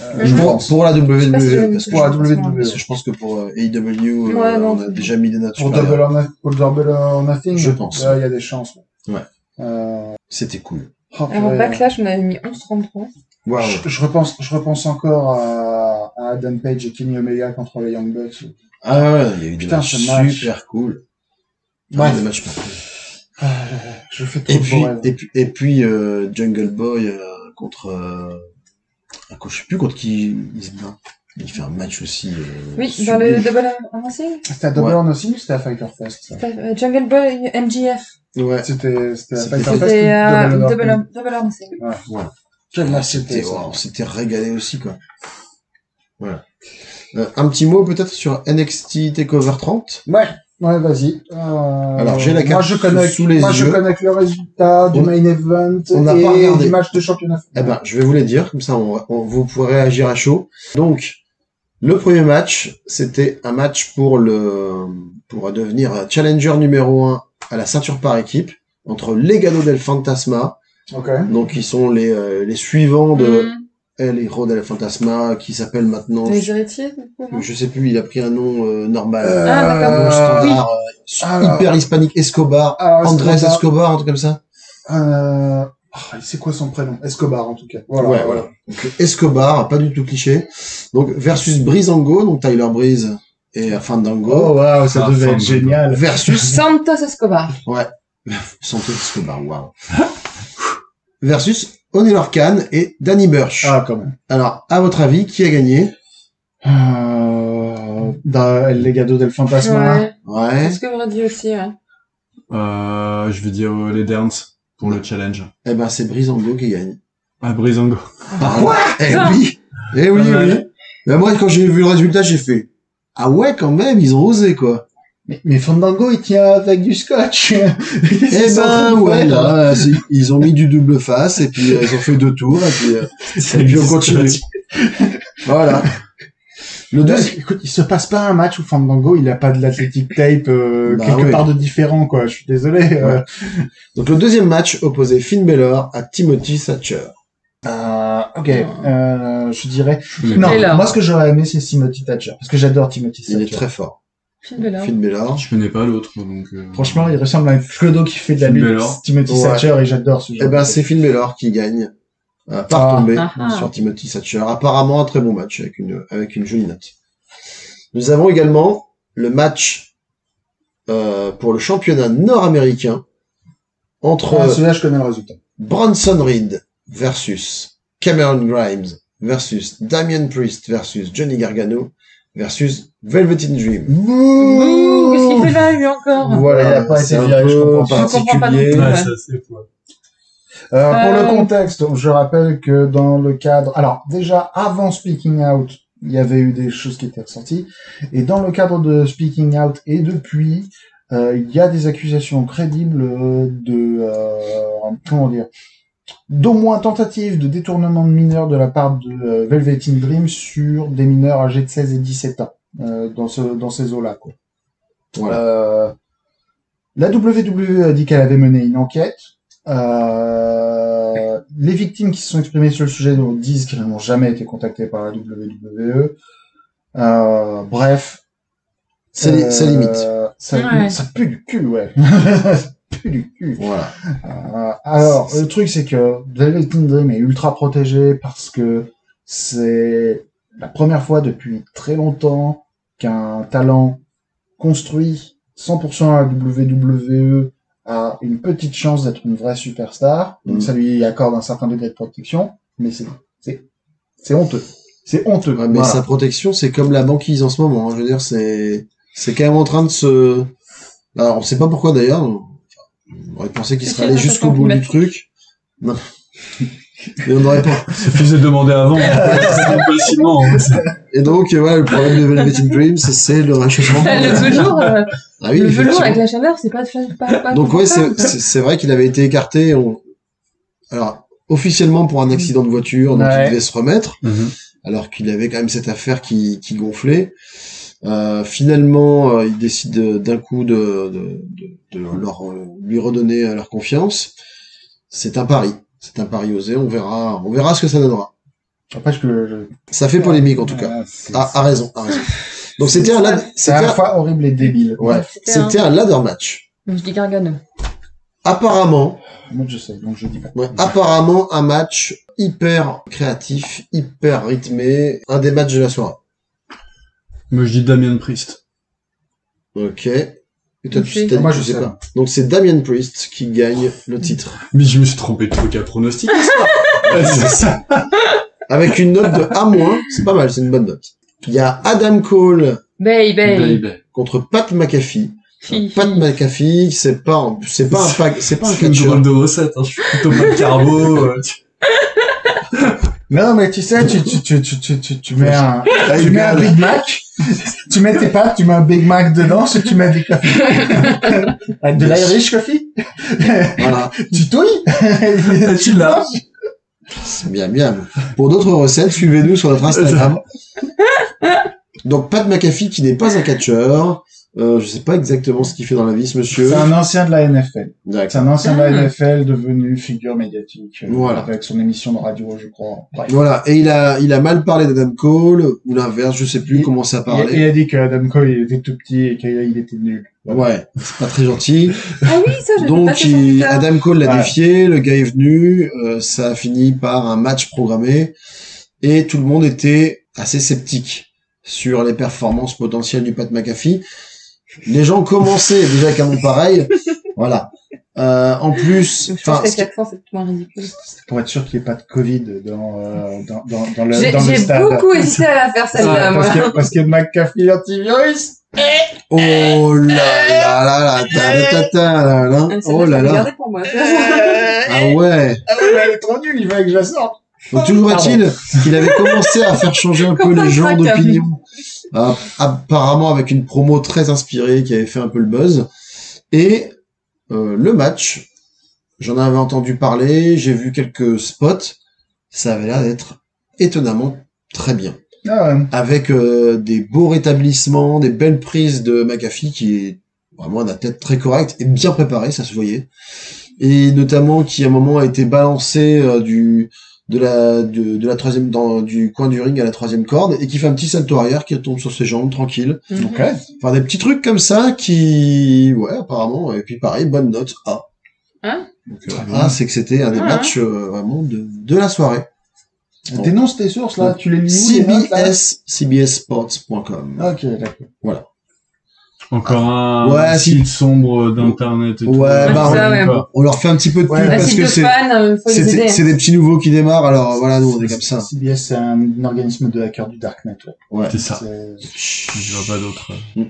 Euh, je
Mhm.
Pour,
pense.
E, pour la
pas si
WWE,
j'avais
parce
mis
que,
Pour la
Je pense,
WWE.
parce que je pense que pour euh, AEW, euh,
Ouais, non,
on a
c'est-
déjà mis des notes
Pour
supérieures.
Double or, no- pour Double or Nothing.
Je pense.
Là, il y a des chances.
Ouais.
Euh,
C'était cool.
oh,
Alors,
purée.
Backlash, on avait mis 11,33.
Waouh.
je, je repense, je repense encore à, à Adam Page et Kenny Omega contre les Young Bucks.
Ah ouais, il y a eu des
Putain,
matchs
ce match.
super cool.
Ouais.
Enfin, des matchs pas cool.
Ah, je fais trop
Euh, Et
de
puis,
rêves.
et puis, et puis euh, Jungle Boy euh, contre, euh, contre- Je sais plus contre qui il se bat. Il fait un match aussi. euh,
Oui,
sublime.
dans le double avancé.
C'était à Double
Ouais.
or Nothing ou c'était à Fighter Fest ça
Euh, Jungle Boy, MGF.
Ouais.
C'était c'était à
C'était-
Fighter Fest
C'était euh,
ou Double or Nothing
double, double avancé.
Quel
Ah,
match
c'était,
c'était ça.
waouh, on s'était régalé aussi, quoi. Voilà. Euh, un petit mot peut-être sur NXT Takeover 30.
Ouais, ouais, vas-y. Euh,
Alors, j'ai la
Moi,
carte
je
sous-
connecte,
sous les
moi, je
yeux.
connecte le résultat du
On-
main event
on n'a pas
et
regardé.
du match de championnat.
Eh ben, je vais vous les dire, comme ça on, on- vous pourrez réagir à chaud. Donc, le premier match, c'était un match pour le pour devenir challenger numéro 1 à la ceinture par équipe entre Legado del Fantasma,
Ok.
donc ils sont les, euh, les suivants de
Mmh.
Hum,
El Hero del Fantasma, qui s'appelle maintenant,
les héritiers, du coup, non
je sais plus, il a pris un nom euh, normal,
Euh,
Ah,
euh,
d'accord.
standard, euh,
Alors-
hyper hispanique, Escobar,
Alors,
Andrés
ah, Escobar,
Escobar, un truc comme ça.
euh, ah, c'est quoi son prénom Escobar, en tout cas. Voilà,
ouais, voilà. Donc, Escobar, pas du tout cliché. Donc, versus Breezango, donc Tyler Breeze et euh, Fandango.
waouh,
ça devait être génial.
Versus,
Santos Escobar.
Santos Escobar, waouh. Versus Onelor Khan et Danny Burch.
Ah, quand même.
Alors, à votre avis, qui a gagné?
Euh, dans El Legado del Fantasma.
Ouais.
Ouais.
C'est ce que j'aurais dit aussi, hein ouais.
Euh, je vais dire euh, les Derns pour le challenge.
Eh ben, c'est Breezango qui gagne.
Ah, Breezango.
Ah, ouais. Eh
Ça.
oui. Eh oui,
Pas
oui.
mal.
Mais moi, quand j'ai vu le résultat, j'ai fait, ah ouais, quand même, ils ont osé, quoi.
Mais, mais Fandango, il tient avec du scotch.
Eh ben, ouais, là, c'est- ils ont mis du double face, et puis, euh, ils ont fait deux tours, et puis, euh,
C'est
bien continué. Voilà. Le
Deux,
deuxième.
écoute, il se passe pas un match où Fandango il a pas de l'athletic tape euh,
Bah
quelque
ouais.
part de différent quoi. Je suis désolé. euh.
Donc le deuxième match opposait Finn Balor à Timothy Thatcher.
ok. euh, je dirais. Non.
Non.
Et là.
Moi ce que j'aurais aimé c'est Timothy Thatcher parce que j'adore Timothy
Il
Thatcher.
est très fort.
Film de l'heure.
Finn Balor.
Je connais pas l'autre, donc. euh,
Franchement, il ressemble à un clodo qui fait de la
Finn
lutte.
Balor.
Timothy
Ouais.
Thatcher et j'adore ce genre.
Eh ben
de-
c'est Finn Balor qui gagne euh, par
Ah.
tombée
Ah, ah.
sur Timothy Thatcher. Apparemment un très bon match avec une avec une jolie note. Nous avons également le match euh, pour le championnat nord-américain entre
Ah, celui-là je connais le résultat.
Bronson Reed versus Cameron Grimes versus Damian Priest versus Johnny Gargano versus Velveteen Dream.
Ouh, qu'est-ce qu'il fait là, lui, encore
voilà, il a pas
c'est
été
un
viré, je
peu
comprends pas.
Je comprends pas non
particulier.
plus, ouais.
c'est assez fou.
Euh, pour
Euh,
le contexte, je rappelle que dans le cadre, alors déjà avant Speaking Out, il y avait eu des choses qui étaient ressorties, et dans le cadre de Speaking Out et depuis, euh, il y a des accusations crédibles euh, de euh, comment dire, d'au moins tentative de détournement de mineurs de la part de euh, Velvet in Dream sur des mineurs âgés de 16 et 17 ans euh, dans ce dans ces eaux-là. quoi.
Voilà.
Euh, la WWE a dit qu'elle avait mené une enquête. Euh, les victimes qui se sont exprimées sur le sujet nous disent qu'elles n'ont jamais été contactées par la WWE. Euh, bref.
C'est li-
euh,
c'est limite.
Ça,
Ouais.
ça pue du cul, ouais. ça pue du cul.
Voilà.
Euh, alors, le truc, c'est que Velvet in Dream est ultra protégé parce que c'est la première fois depuis très longtemps qu'un talent construit 100% à la WWE a une petite chance d'être une vraie superstar. Donc,
Mhm.
ça lui accorde un certain degré de protection, mais c'est, c'est, c'est honteux. C'est honteux.
Ouais, mais
Voilà.
sa protection, c'est comme la banquise en ce moment. hein. Je veux dire, c'est c'est quand même en train de se. Alors, on sait pas pourquoi d'ailleurs. On aurait pensé qu'il
C'est
serait
sûr,
allé
ça fait
jusqu'au
envie
bout
de
du
mettre.
truc. Non. Mais on n'aurait pas.
Il suffisait de demander avant. C'est facilement. hein. C'est-
Et donc, euh, voilà, le problème de Velvet in Dream, c'est- c'est le réchauffement.
le velours, euh,
Ah oui,
le velours
effectivement.
avec la chaleur, c'est pas, pas, pas
Donc ouais,
confortable.
c'est- c'est c'est vrai qu'il avait été écarté. on- Alors officiellement pour un accident de voiture, donc
Ouais.
il devait se remettre, alors qu'il avait quand même cette affaire qui, qui gonflait. Euh, finalement, euh, il décide de- d'un coup de, de, de- de leur, euh, lui redonner euh, leur confiance. C'est un pari, c'est un pari osé. On verra, on verra ce que ça donnera.
Après, je, je-
Ça fait polémique en tout cas.
Ah, c'est,
Ah, à raison, à raison. Donc
C'est-
c'était un, lad-
c'est
c'était
à la
un-
fois horrible et débile.
ouais,
C'était un-
c'était un ladder match.
Je dis Gargano.
Apparemment,
Moi, je sais, donc je dis pas.
Ouais, apparemment un match hyper créatif, hyper rythmé, un des matchs de la soirée.
Moi, je dis Damien Priest.
Ok. Et toi, tu
Ok.
t'as dit
Moi,
que
je
tu sais
sais.
pas. Donc c'est Damien Priest qui gagne le titre.
Mais je me suis trompé de truc à pronostiquer. ça. C'est ça.
Avec une note de A-, c'est pas mal, c'est une bonne note. Il y a Adam Cole
Bay, Bay.
Baby.
contre Pat McAfee.
Hi,
Pat
hi.
McAfee, c'est pas, un- c'est pas un, pa- c'est pas un
C'est une
catcheur.
drôle de recette. Hein. Je suis plutôt pas carbo. euh, tu-
Non, mais tu sais, tu, tu, tu, tu, tu, tu, tu mets un,
Ah,
tu
il
mets un
gagne.
Big Mac, tu mets tes pâtes, tu mets un Big Mac dedans, et tu mets des coffee. Avec de l'Irish coffee.
Voilà.
Tu touilles.
Tu l'as.
C'est bien, bien. Pour d'autres recettes, suivez-nous sur notre Instagram. Donc, Pat McAfee, qui n'est pas un catcheur. Euh, je sais pas exactement ce qu'il fait dans la vie, ce monsieur.
C'est un ancien de la NFL. C'est
D'accord.
un ancien de la
Ah.
NFL devenu figure médiatique. euh,
Voilà.
Avec son émission de radio, je crois. Bref.
Voilà. Et il a, il a mal parlé d'Adam Cole, ou l'inverse, je sais plus
Il-
comment ça
Il, a-
parlait.
il a dit que Adam Cole, il était tout petit et qu'il était nul.
Ouais, c'est pas très gentil.
Ah oui, ça, j'avais pas
Donc,
fait
il-
ça.
Adam Cole l'a
Voilà.
défié, le gars est venu, euh, ça a fini par un match programmé, et tout le monde était assez sceptique sur les performances potentielles du Pat McAfee. Les gens commençaient déjà avec un nom pareil, voilà. Euh, en plus,
Je pense
enfin, ce
qu'à
qui-
chaque fois, c'est moins ridicule.
C'était pour être sûr qu'il n'y ait pas de Covid dans, euh, dans, dans, dans le,
J'ai
dans le
j'ai
stade.
beaucoup hésité à la faire
Ouais,
celle-là, moi.
parce, que, parce que McAfee antivirus.
oh là là là là, ta ta ta ta là là,
Euh, celle-là,
oh
je
là
l'ai
là,
gardée pour moi.
ah
ah
ouais.
ouais, elle est trop nulle, il fallait que je la sorte.
Donc toujours est-il qu'il avait commencé à faire changer un peu les gens d'opinion, Euh, apparemment avec une promo très inspirée qui avait fait un peu le buzz. Et euh, le match, j'en avais entendu parler, j'ai vu quelques spots, ça avait l'air d'être étonnamment très bien.
Ah ouais.
Avec euh, des beaux rétablissements, des belles prises de McAfee qui est vraiment la tête très correcte et bien préparée, ça se voyait. Et notamment qui à un moment a été balancé euh, du de la de, de la troisième dans du coin du ring à la troisième corde et qui fait un petit salto arrière qui tombe sur ses jambes tranquille.
Donc,
Mhm.
ouais.
Enfin des petits trucs comme ça qui ouais apparemment et puis pareil bonne note A.
Hein
Donc, euh,
Très bien.
A c'est que c'était un des
Ouais,
matchs euh, vraiment de de la soirée. Bon.
Dénonce tes sources, là. Tu les lis où, les notes, là
CBS cbssports.com.
Ok, d'accord.
Encore un
Ouais, si.
site sombre euh, d'internet. et tout.
Ouais,
bah,
on
on-
aime pas.
On leur fait un petit peu de pub
Ouais,
Un
parce
site
que
de
c'est
fans, il euh, faut
c'est
les
des-
aider.
c'est des petits nouveaux qui démarrent. Alors Ah, voilà, nous on est comme ça.
CBS, c'est un, un organisme de hacker du Darknet. Ouais.
Ouais.
C'est ça.
C'est-
Je vois pas d'autres euh,
Mm.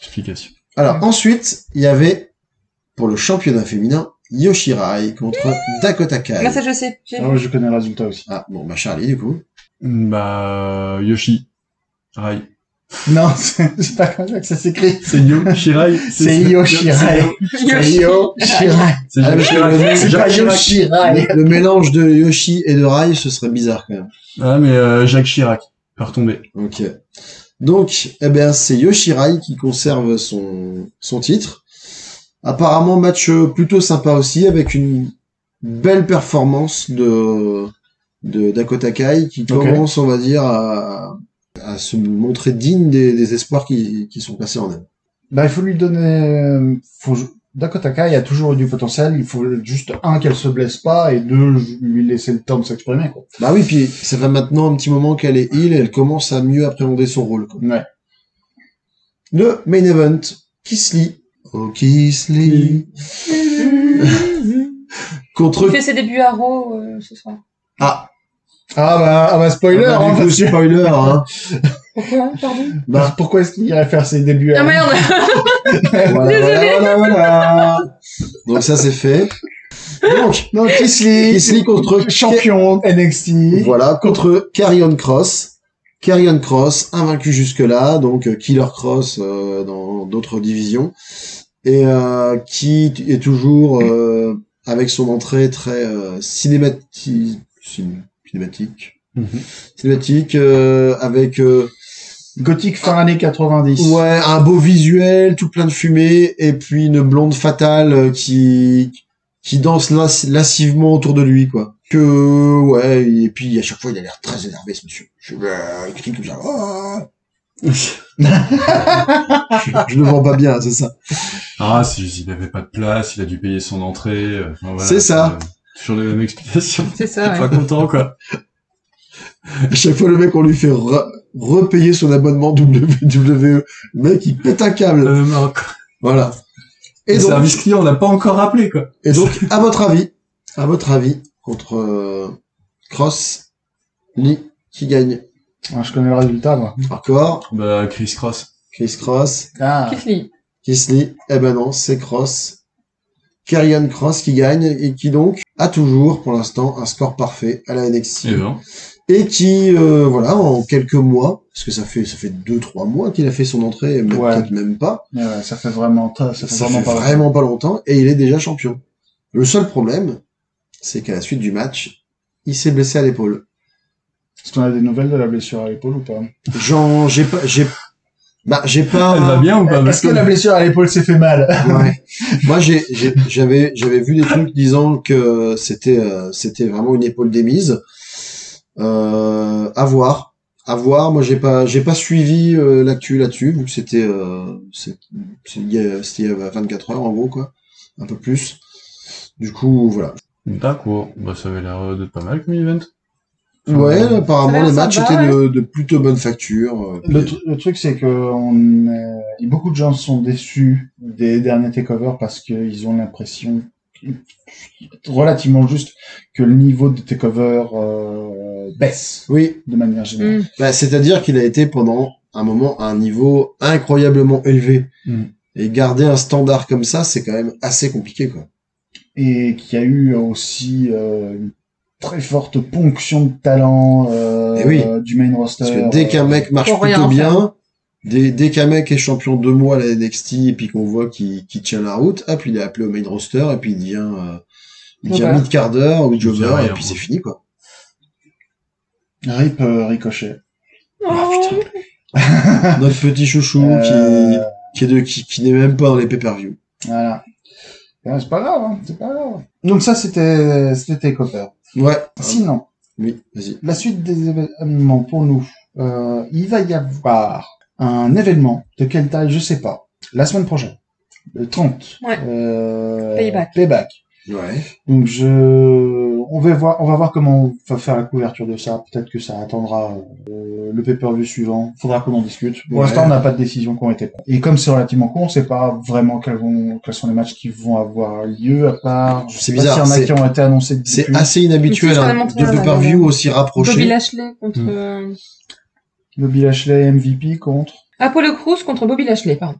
explications.
Alors ensuite, il y avait pour le championnat féminin Yoshirai contre Dakota Kai.
Là, ça, je sais. J'ai vu.
Hein
Ah ouais, je connais le résultat aussi.
Ah bon, bah Charlie du coup.
Bah, Yoshi. Rai.
Non, c'est c'est pas comme ça que ça s'écrit.
C'est Yoshirai.
C'est Yoshirai. C'est Yoshirai.
C'est
Ah, mais
Yoshirai.
C'est pas
Jacques Chirac.
Yoshirai.
Le, le mélange de Yoshi et de Rai, ce serait bizarre quand même.
Ah, mais euh, Jacques Chirac. Pas retombé.
Ok. Donc, eh ben, c'est Yoshirai qui conserve son, son titre. Apparemment, match euh, plutôt sympa aussi, avec une belle performance de, de Dakota Kai, qui commence, on va dire, à, à se montrer digne des, des espoirs qui, qui sont placés en elle.
Bah, il faut lui donner. euh, Faut... Dakota Kai a toujours eu du potentiel. Il faut juste un qu'elle se blesse pas et deux lui laisser le temps de s'exprimer. quoi.
Bah oui, puis ça fait maintenant un petit moment qu'elle est heal et elle commence à mieux appréhender son rôle. quoi.
Ouais.
Le main event, Kisly. Oh, Kisly. Contre
Il fait ses débuts à Raw euh, ce soir.
Ah,
Ah bah, ah bah spoiler.
bah,
hein,
du coup,
parce que-
spoiler, hein.
Pourquoi Pardon
Bah,
Pourquoi est-ce qu'il irait faire ses débuts
Ah
à-
merde
voilà, voilà, voilà, voilà. Donc ça, c'est fait. Donc,
Non, Kisly.
Kisly contre-
champion NXT.
voilà, contre Carrion Cross. Carrion Cross, invaincu jusque-là, donc euh, Killer Cross euh, dans d'autres divisions. Et euh, qui t- est toujours, euh, avec son entrée très euh, cinémati- cin- cinématique,
Mhm.
cinématique, euh, avec... euh,
Gothique fin années 90.
Ouais, un beau visuel, tout plein de fumée, et puis une blonde fatale euh, qui qui danse las- lascivement autour de lui, quoi. Que ouais, et puis à chaque fois il a l'air très énervé, ce monsieur. Je, euh, il crie comme ça. Ah je, je le vends pas bien, c'est ça.
Ah, c'est juste, il avait pas de place, il a dû payer son entrée. euh, enfin, voilà,
C'est ça.
euh, Toujours les mêmes explications.
C'est
Je
ça,
suis
Ah ouais.
pas content, quoi.
À chaque fois le mec on lui fait re- repayer son abonnement WWE. Le mec il pète un câble.
Le Maroc.
Voilà. Et
Euh, Le
donc,
service client, on l'a pas encore rappelé, quoi.
et donc à votre avis, à votre avis contre euh, Cross, Lee qui gagne
Ah, je connais le résultat, moi.
Encore.
Bah, Chris Cross.
Chris Cross.
Ah.
Kifli.
Kisly. Eh ben non, c'est Cross. Kerrion Cross qui gagne et qui donc a toujours pour l'instant un score parfait à la NXT.
Et ben.
Et qui, euh, voilà, en quelques mois, parce que ça fait ça fait deux trois mois qu'il a fait son entrée, même-
Ouais.
peut-être même pas.
Mais ouais, ça fait vraiment, ça fait
Ça
vraiment
fait
pas mal.
vraiment pas longtemps et il est déjà champion. Le seul problème, c'est qu'à la suite du match, il s'est blessé à l'épaule.
Est-ce qu'on a des nouvelles de la blessure à l'épaule ou pas
J'en, j'ai pas, j'ai, bah j'ai pas.
Ah, Elle va bien ou pas
Est-ce Bah, que la blessure à l'épaule s'est fait mal
Ouais. Moi, j'ai, j'ai- j'avais, j'avais vu des trucs disant que c'était, euh, c'était vraiment une épaule démise. Euh, à voir, à voir. Moi, j'ai pas, j'ai pas suivi euh, l'actu là-dessus, vu que c'était, euh, c'est, c'est il y a- c'était il y a 24 heures en gros, quoi, un peu plus. Du coup, voilà.
D'accord. Bah, ça avait l'air euh, d'être pas mal comme event.
Ouais,
Euh,
Ça a
apparemment
l'air
les matchs
sympa,
étaient de, de plutôt bonne facture. euh,
le,
puis-
tru- le truc, c'est que on, est- beaucoup de gens sont déçus des derniers takeovers parce qu'ils ont l'impression relativement juste que le niveau de takeover euh, baisse
oui,
de manière générale.
Mm.
Bah, C'est-à-dire qu'il a été pendant un moment à un niveau incroyablement élevé.
Mm.
Et garder un standard comme ça, c'est quand même assez compliqué. Quoi.
Et qu'il y a eu aussi euh, une très forte ponction de talent euh,
Eh oui.
euh, du main roster.
Parce que dès qu'un
euh,
mec marche
Pour rien en
plutôt
faire.
bien, dès, dès qu'un mec est champion deux mois à la NXT et puis qu'on voit qu'il qu'il tient la route, hop, il est appelé au main roster et puis il devient, euh, il devient
Jobber.
mid-carder ou
devient
jobber et
rien,
puis
ouais.
c'est fini. quoi.
Rip euh, Ricochet.
Oh,
Notre petit chouchou
Euh,
qui, qui est de- qui, qui n'est même pas dans les pay-per-view.
Voilà. Ah, C'est pas grave, hein, c'est pas grave. Donc ça, c'était c'était Takeover.
Ouais.
Sinon,
Oui, vas-y.
la suite des événements pour nous, euh, il va y avoir un événement de quelle taille, je sais pas, la semaine prochaine, le 30.
Ouais.
euh,
Payback.
Ouais.
Donc je, on va voir, on va voir comment on va faire la couverture de ça. Peut-être que ça attendra euh, le pay-per-view suivant. Faudra qu'on en discute. Pour
Ouais.
l'instant, on n'a pas de décision qui ont été prises. Et comme c'est relativement court, on sait pas vraiment quels, vont, quels sont les matchs qui vont avoir lieu à part. je
C'est
sais pas s'il
bizarre,
y en a
c'est-
qui ont été annoncés.
C'est
depuis.
assez inhabituel,
Parce qu'on a
hein,
montré
de
un
pay-per-view
album.
aussi rapproché.
Bobby Lashley contre...
Hmm.
Mm.
euh,
Bobby Lashley MVP contre.
Apollo Crews contre Bobby Lashley, pardon.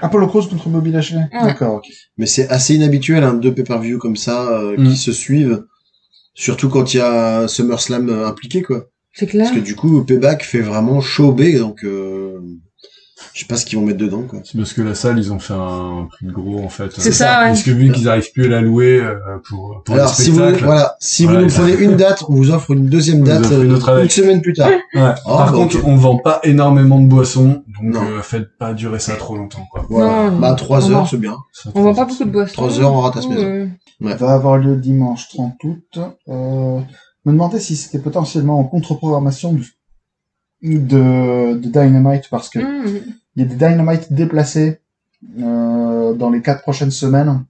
Apollo Crews contre Bobby Lashley.
Ouais.
D'accord, ok.
Mais c'est assez inhabituel, hein, deux pay-per-view comme ça euh,
Mm.
qui se suivent. Surtout quand il y a SummerSlam euh, impliqué, quoi.
C'est clair.
Parce que du coup, Payback fait vraiment show B, donc euh, je sais pas ce qu'ils vont mettre dedans, quoi.
C'est parce que la salle, ils ont fait un prix de gros, en fait.
C'est
Euh,
ça,
hein.
ouais.
Parce que vu qu'ils arrivent plus à la louer euh, pour, pour
Alors
les
si vous
spectacles.
voilà, si
Voilà,
vous nous
il a-
prenez une date, on vous offre une deuxième
vous
date
offre une
euh,
autre avec.
semaine plus tard.
Ouais.
Ah,
Par
bah,
contre,
ok.
on vend pas énormément de boissons, donc
Non.
euh, faites pas durer ça trop longtemps. Quoi.
Voilà.
Non,
bah trois
non.
heures, c'est bien.
Ça,
On voit pas beaucoup de boissons.
Trois heures, on rate à
du
se
coup,
maison.
euh,
Ouais.
va avoir lieu dimanche 30 août. Euh, je me demandais si c'était potentiellement en contre-programmation de, de, de Dynamite parce que
mm.
il y a des Dynamite déplacés euh, dans les quatre prochaines semaines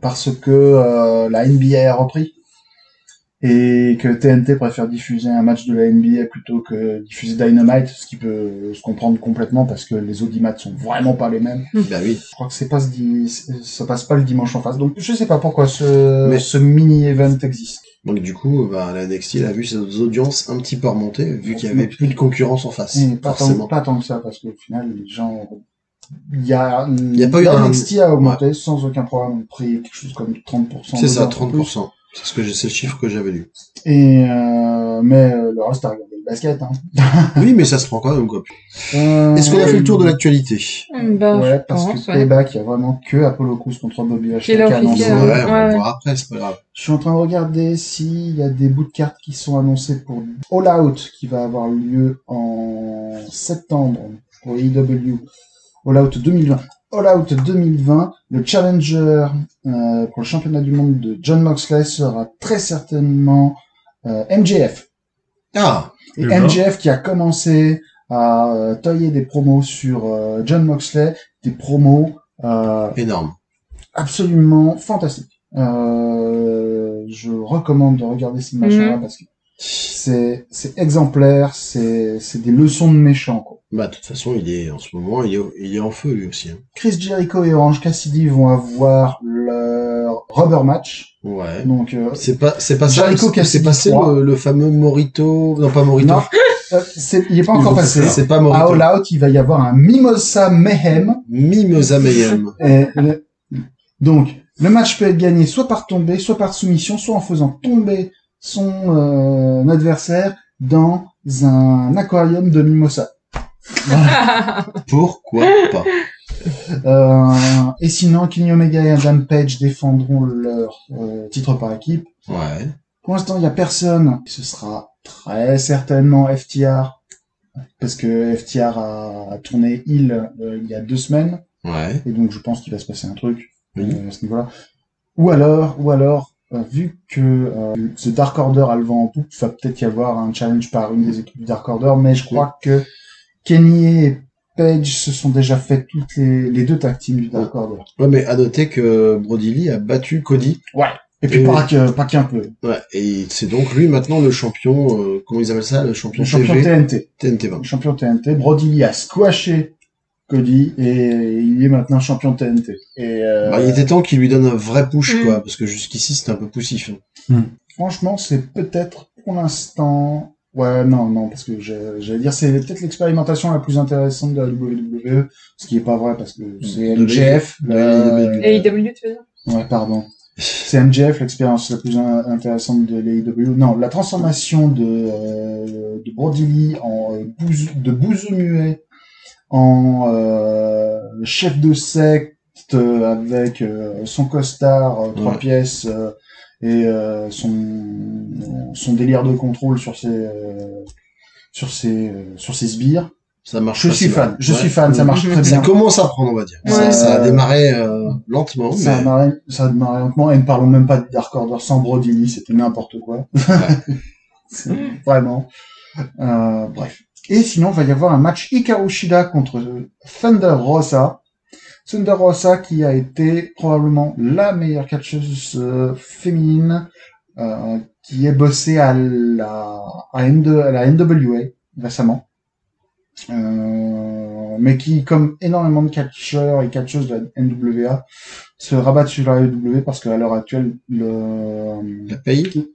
parce que euh, la NBA a repris et que TNT préfère diffuser un match de la NBA plutôt que diffuser Dynamite, ce qui peut se comprendre complètement parce que les audimats sont vraiment pas les mêmes.
Bah oui.
Je crois que c'est pas ce di- ça passe pas le dimanche en face. Donc je sais pas pourquoi ce,
Mais-
ce mini-event existe.
Donc du coup, bah, la NXT elle a vu ses audiences un petit peu remonter vu qu'il y avait
Mais-
plus de concurrence en face.
Et Mm, pas, tant,
forcément.
pas tant que ça parce qu'au final les gens il y a, il
y a pas eu un-
NXT a augmenté sans aucun programme on pris quelque chose comme 30%
C'est ça,
de gens en plus.
30%. C'est ce que j'ai- c'est le chiffre que j'avais lu.
et euh, mais euh, le reste a regardé le basket hein.
oui, mais ça se prend quand même quoi.
Euh,
Est-ce qu'on a fait le tour de l'actualité
Mm, bah,
ouais
je
parce
pense,
que
ouais.
Payback il y a vraiment que Apollo Crews contre Bobby Lashley
Quelle
qui a
horrible
annoncé.
Ouais,
Ouais,
on va
ouais.
voir après, c'est pas grave.
je suis en train de regarder s'il y a des bouts de cartes qui sont annoncés pour All Out qui va avoir lieu en septembre pour AEW All Out 2020. All Out 2020, le challenger euh, pour le championnat du monde de John Moxley sera très certainement euh, MJF.
Ah,
Et
Eh ben.
MJF qui a commencé à euh, tailler des promos sur euh, John Moxley, des promos euh,
énorme.
absolument fantastique. Euh, je recommande de regarder ces machins-là parce que c'est c'est exemplaire, c'est c'est des leçons de méchants. Quoi.
Bah de toute façon, il est en ce moment, il est, il est en feu lui aussi. hein.
Chris Jericho et Orange Cassidy vont avoir leur rubber match.
Ouais.
Donc euh,
C'est pas, c'est pas ça,
Jericho
c'est- c'est
Cassidy
passé
trois.
le, le fameux Morito, non pas Morito,
non, euh, c'est- il est pas
Ils
encore
vont
passé. hein.
faire
c'est pas
À
Morito,
All Out, il va y avoir un Mimosa Mayhem.
Mimosa Mayhem.
Et le- Donc, le match peut être gagné soit par tombée, soit par soumission, soit en faisant tomber son euh, adversaire dans un aquarium de mimosa.
Pourquoi pas
Euh, et sinon, Kenny Omega et Adam Page défendront leur euh, titre par équipe.
Ouais.
Pour l'instant, il n'y a personne. Ce sera très certainement FTR, parce que FTR a tourné Hill euh, il y a deux semaines.
Ouais.
Et donc, je pense qu'il va se passer un truc
Oui.
euh, à ce niveau-là. Ou alors, ou alors, euh, vu que euh, ce Dark Order a le vent en poupe, va peut-être y avoir un challenge par une des équipes du Dark Order, mais je crois que Kenny et Page se sont déjà fait toutes les, les deux tag teams du Dark Order.
Ouais, mais à noter que Brody Lee a battu Cody.
Et puis, euh,
Et-
pas que- pas qu'un peu.
Ouais. Et c'est donc lui maintenant le champion, euh, comment ils appellent ça, le champion,
Le champion
TV,
TNT.
TNT 20.
Le champion TNT. Brody Lee a squashé Cody et il est maintenant champion TNT. Et euh,
Bah, il était temps qu'il lui donne un vrai push,
Mm.
quoi, parce que jusqu'ici c'était un peu poussif. hein.
Franchement, c'est peut-être pour l'instant. Ouais, non, non, parce que je- j'allais dire, c'est peut-être l'expérimentation la plus intéressante de la WWE, ce qui est pas vrai parce que c'est
Mm. De
MJF.
la-
euh,
E.
Et IW, tu veux dire
Ouais, pardon. C'est MJF l'expérience la plus in- intéressante de l'AEW. Non, la transformation de, euh, de Brody Lee en euh, bouse, de bouse muet en euh, chef de secte euh, avec euh, son costard, euh, trois
Ouais.
pièces euh, et euh, son, son délire de contrôle sur ses, euh, sur ses, euh, sur ses sbires.
Ça marche.
Je
pas
suis
si
fan,
mal.
je
Ouais.
suis fan, ça marche très
Ça
bien.
commence à prendre, on va dire.
Mm. Ouais.
Ça, ça a démarré euh, lentement, mais
Ça a, démarré, ça a démarré lentement, et ne parlons même pas du Dark Order sans Brody Lee, c'était n'importe quoi. C'est Vraiment. Euh, bref. Et sinon, il va y avoir un match Hikaru Shida contre euh, Thunder Rosa. Thunder Rosa qui a été probablement la meilleure catcheuse euh, féminine euh, qui est bossée à la, à NW à la NWA récemment. Euh, mais qui, comme énormément de catcheurs et catcheuses de la NWA, se rabattent sur la AEW parce qu'à l'heure actuelle, le...
la paye.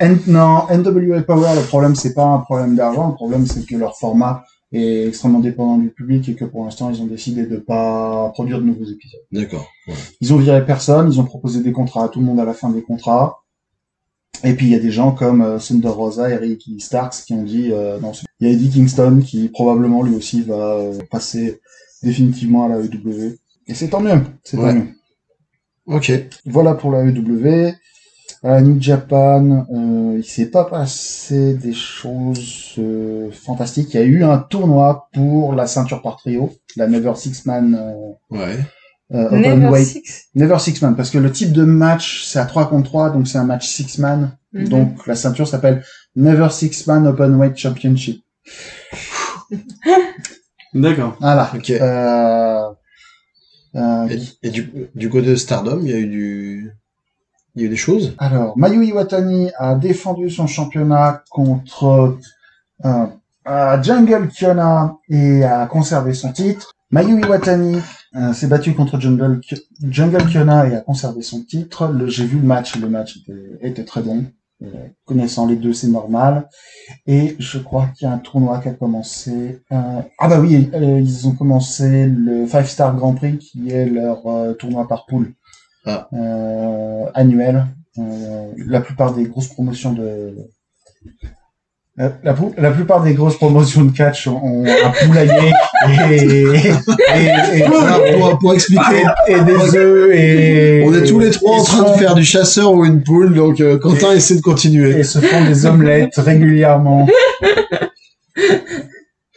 N- non, NWA Power, le problème, c'est pas un problème d'argent, le problème, c'est que leur format est extrêmement dépendant du public et que pour l'instant ils ont décidé de pas produire de nouveaux épisodes.
D'accord. voilà.
Ils ont viré personne, ils ont proposé des contrats à tout le monde à la fin des contrats. Et puis il y a des gens comme euh, Thunder Rosa et Ricky Starks qui ont dit euh, non, c'est- il y a Eddie Kingston qui probablement lui aussi va euh, passer définitivement à la EW. Et c'est tant mieux, c'est tant
Ouais.
mieux.
Ok.
Voilà pour la EW. À New Japan, euh, il s'est pas passé des choses euh, fantastiques. Il y a eu un tournoi pour la ceinture par trio, la Never Six Man euh,
Ouais.
euh, Open
Never
Weight.
Six.
Never Six Man, parce que le type de match, c'est à 3 contre 3, donc c'est un match Six Man.
Mhm.
Donc la ceinture s'appelle Never Six Man Open Weight Championship.
D'accord.
Voilà.
Ok.
Euh, euh,
Et, et du, du côté de Stardom, il y a eu du, il y a eu des choses.
Alors, Mayu Iwatani a défendu son championnat contre euh, euh, Jungle Kiona et a conservé son titre. Mayu Iwatani euh, s'est battue contre Jungle, Ki- Jungle Kiona et a conservé son titre. Le- J'ai vu le match, le match était, était très bon. Euh, connaissant les deux, c'est normal. Et je crois qu'il y a un tournoi qui a commencé. euh, Ah bah oui, euh, ils ont commencé le Five Star Grand Prix, qui est leur euh, tournoi par poule
Ah.
euh, annuel. Euh, la plupart des grosses promotions de la, la pou- la plupart des grosses promotions de catch ont, ont un poulailler et, et, et- et-
Voilà, pour, pour expliquer,
et- et des œufs et
on est tous les trois
et
en train de
se
faire du chasseur ou une poule, donc euh, Quentin essaie de
font-
continuer.
et se font des omelettes régulièrement.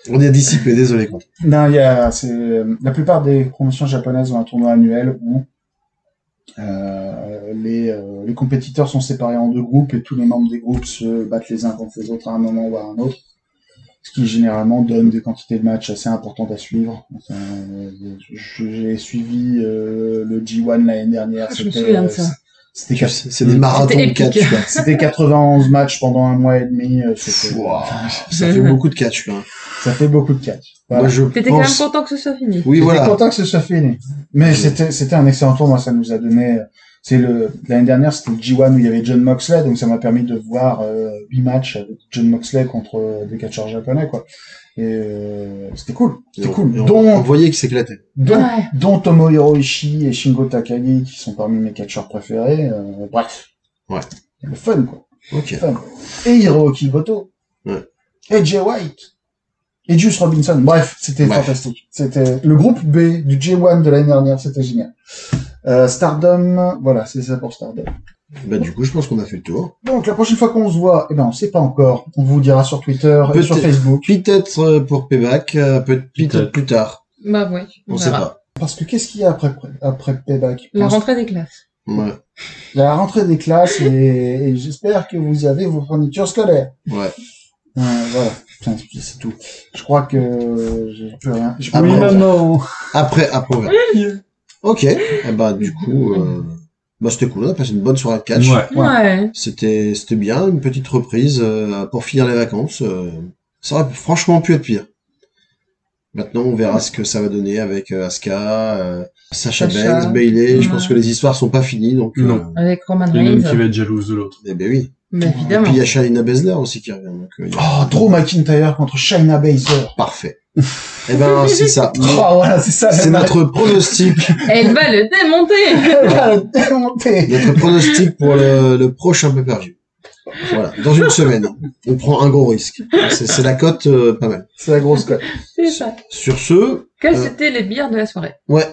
On est dissipé, désolé Quentin.
Non, il y a, c'est, la plupart des promotions japonaises ont un tournoi annuel où euh, les, euh, les compétiteurs sont séparés en deux groupes et tous les membres des groupes se battent les uns contre les autres à un moment ou à un autre. Ce qui généralement donne des quantités de matchs assez importantes à suivre. Euh, je- J'ai suivi euh, le G1 l'année dernière.
Ah, Je me
c'était,
souviens de
euh,
ça.
C'était
Tu
quatre-
sais, C'est des
C'était
marathons de
épique.
catch. quoi.
c'était 91 matchs pendant un mois et demi. euh, c'était-
Wow, ça fait beaucoup de catch. Quoi.
Ça fait beaucoup de catch. Voilà.
Moi, je
Mhm. T'étais quand même
pense.
content que ce soit fini.
Oui,
J'étais
voilà.
content que ce soit fini. Mais
Oui.
c'était, c'était un excellent tour. Moi, ça nous a donné. euh, C'est le l'année dernière, c'était le G1 où il y avait John Moxley, donc ça m'a permis de voir euh, huit matchs avec John Moxley contre euh, des catcheurs japonais, quoi. Et euh, c'était cool,
Et
c'était
on-
cool.
et on, on
Dont,
voyait qu'il s'éclatait.
dont,
Ouais.
dont Tomohiro Ishii et Shingo Takagi qui sont parmi mes catcheurs préférés. euh, bref,
Ouais.
le fun, quoi.
Ok.
Fun. Et Hirooki Goto.
Ouais.
Et Jay White. Et Juice Robinson. Bref, c'était
Bref.
fantastique. C'était le groupe B du J1 de l'année dernière. C'était génial. Euh, Stardom, voilà, c'est ça pour Stardom.
Bah, du coup, je pense qu'on a fait le tour.
Donc la prochaine fois qu'on se voit, eh ben on sait pas encore. On vous dira sur Twitter et sur
Peut-être.
Facebook.
Peut-être euh, pour Payback, euh, peut- peut-être
Peut-être.
plus tard.
Bah ouais.
On sait pas.
Parce que qu'est-ce qu'il y a après après Payback
La rentrée des classes.
Ouais.
La rentrée des classes et, et j'espère que vous avez vos fournitures scolaires.
ouais.
Euh, voilà, Putain, c'est tout. Je crois que je peux rien. Je peux
Ah
rien
oui,
bon.
dire.
maman.
Après, après. on verra. Ok. Et bah, du coup, euh, bah, c'était cool. On a passé une bonne soirée de catch.
Ouais.
Ouais.
Ouais.
C'était, c'était bien. Une petite reprise euh, pour finir les vacances. euh, ça aurait franchement pu être pire. Maintenant, on verra ce que ça va donner avec euh, Asuka, euh, Sacha
Sacha.
Banks, Bailey. Je
Ouais.
pense que les histoires sont pas finies, donc. euh,
Non.
Avec Roman
Il y en a une
Reigns.
qui va être jalouse de l'autre.
eh ben oui.
Mais
Et puis
évidemment.
il y a Shalina Baszler aussi qui revient. Donc, euh, il y a-
Oh, Drew McIntyre contre Shayna Baszler.
Parfait. Eh ben, c'est ça.
Oh, voilà, c'est ça.
C'est
la-
notre pronostic,
Elle va le démonter.
Elle va le démonter.
notre pronostic pour le, le prochain peu perdu. Voilà, dans une semaine, on prend un gros risque. C'est c'est la cote euh, pas mal.
C'est la grosse cote.
C'est ça.
Sur ce,
Quelles
Euh.
étaient les bières de la soirée
ouais,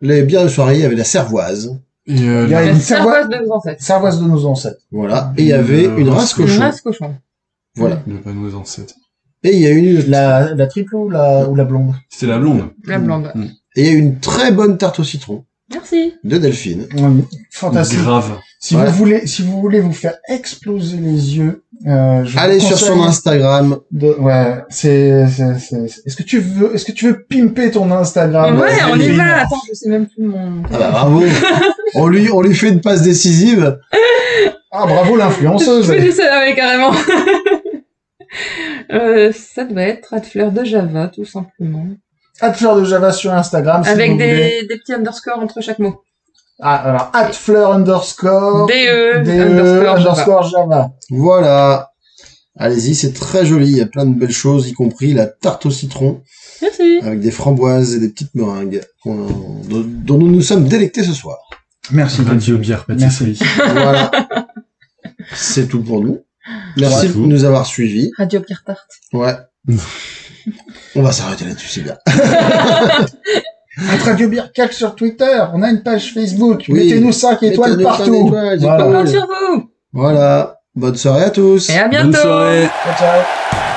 les bières de soirée, il y avait la cervoise,
Et euh,
Il y a
la-
Ah, une cervoise,
La cervoise de nos ancêtres.
cervoise de nos ancêtres.
voilà, et il y avait
Euh,
une race
Une
cochon,
race cochon.
voilà.
Le panneau en 7.
Et il y a eu une,
La, la triple ou la, ou la blonde
C'était la blonde.
La blonde.
et il y a eu une très bonne tarte au citron
Merci.
de Delphine.
Mm, Fantastique.
Grave.
Si,
Ouais.
vous voulez, si vous voulez vous faire exploser les yeux, euh, je vous
Allez sur son
conseille-
Instagram,
De- ouais, c'est, c'est, c'est- c'est- Est-ce que tu veux, est-ce que tu veux pimper ton Instagram
ouais, on y
Céline
va. Attends, je sais même plus mon.
ah bah, bravo, on lui, on lui fait une passe décisive.
Ah, bravo l'influenceuse.
Je sais, ah ouais, carrément. Euh, ça doit être à fleur de Java, tout simplement.
Atfleur de Java sur
Ah,
Instagram. si
Avec
vous voulez.
des, des petits underscores entre chaque mot.
Ah, alors,
Oh,
atfleur underscore.
DE
DE
E, underscore Java.
underscore Java.
Voilà, Allez-y, c'est très joli, il y a plein de belles choses, y compris la tarte au citron,
Merci.
avec des framboises et des petites meringues, qu'on- dont dont nous nous sommes délectés ce soir.
Merci.
Radio bière pâtisserie.
Voilà. C'est tout pour nous. Merci
C'est tout.
de nous avoir suivis.
Radio Pierre Tarte.
Ouais. On va s'arrêter là-dessus, c'est bien.
Notre Radio Beer Catch sur Twitter. On a une page Facebook.
Oui.
Mettez-nous 5 étoiles
Mettez-nous cinq
partout.
étoiles, c'est
Voilà.
pas mal.
Compte sur vous.
Voilà. Bonne soirée à tous.
Et à bientôt.
Bonne soirée.
Ciao, ciao.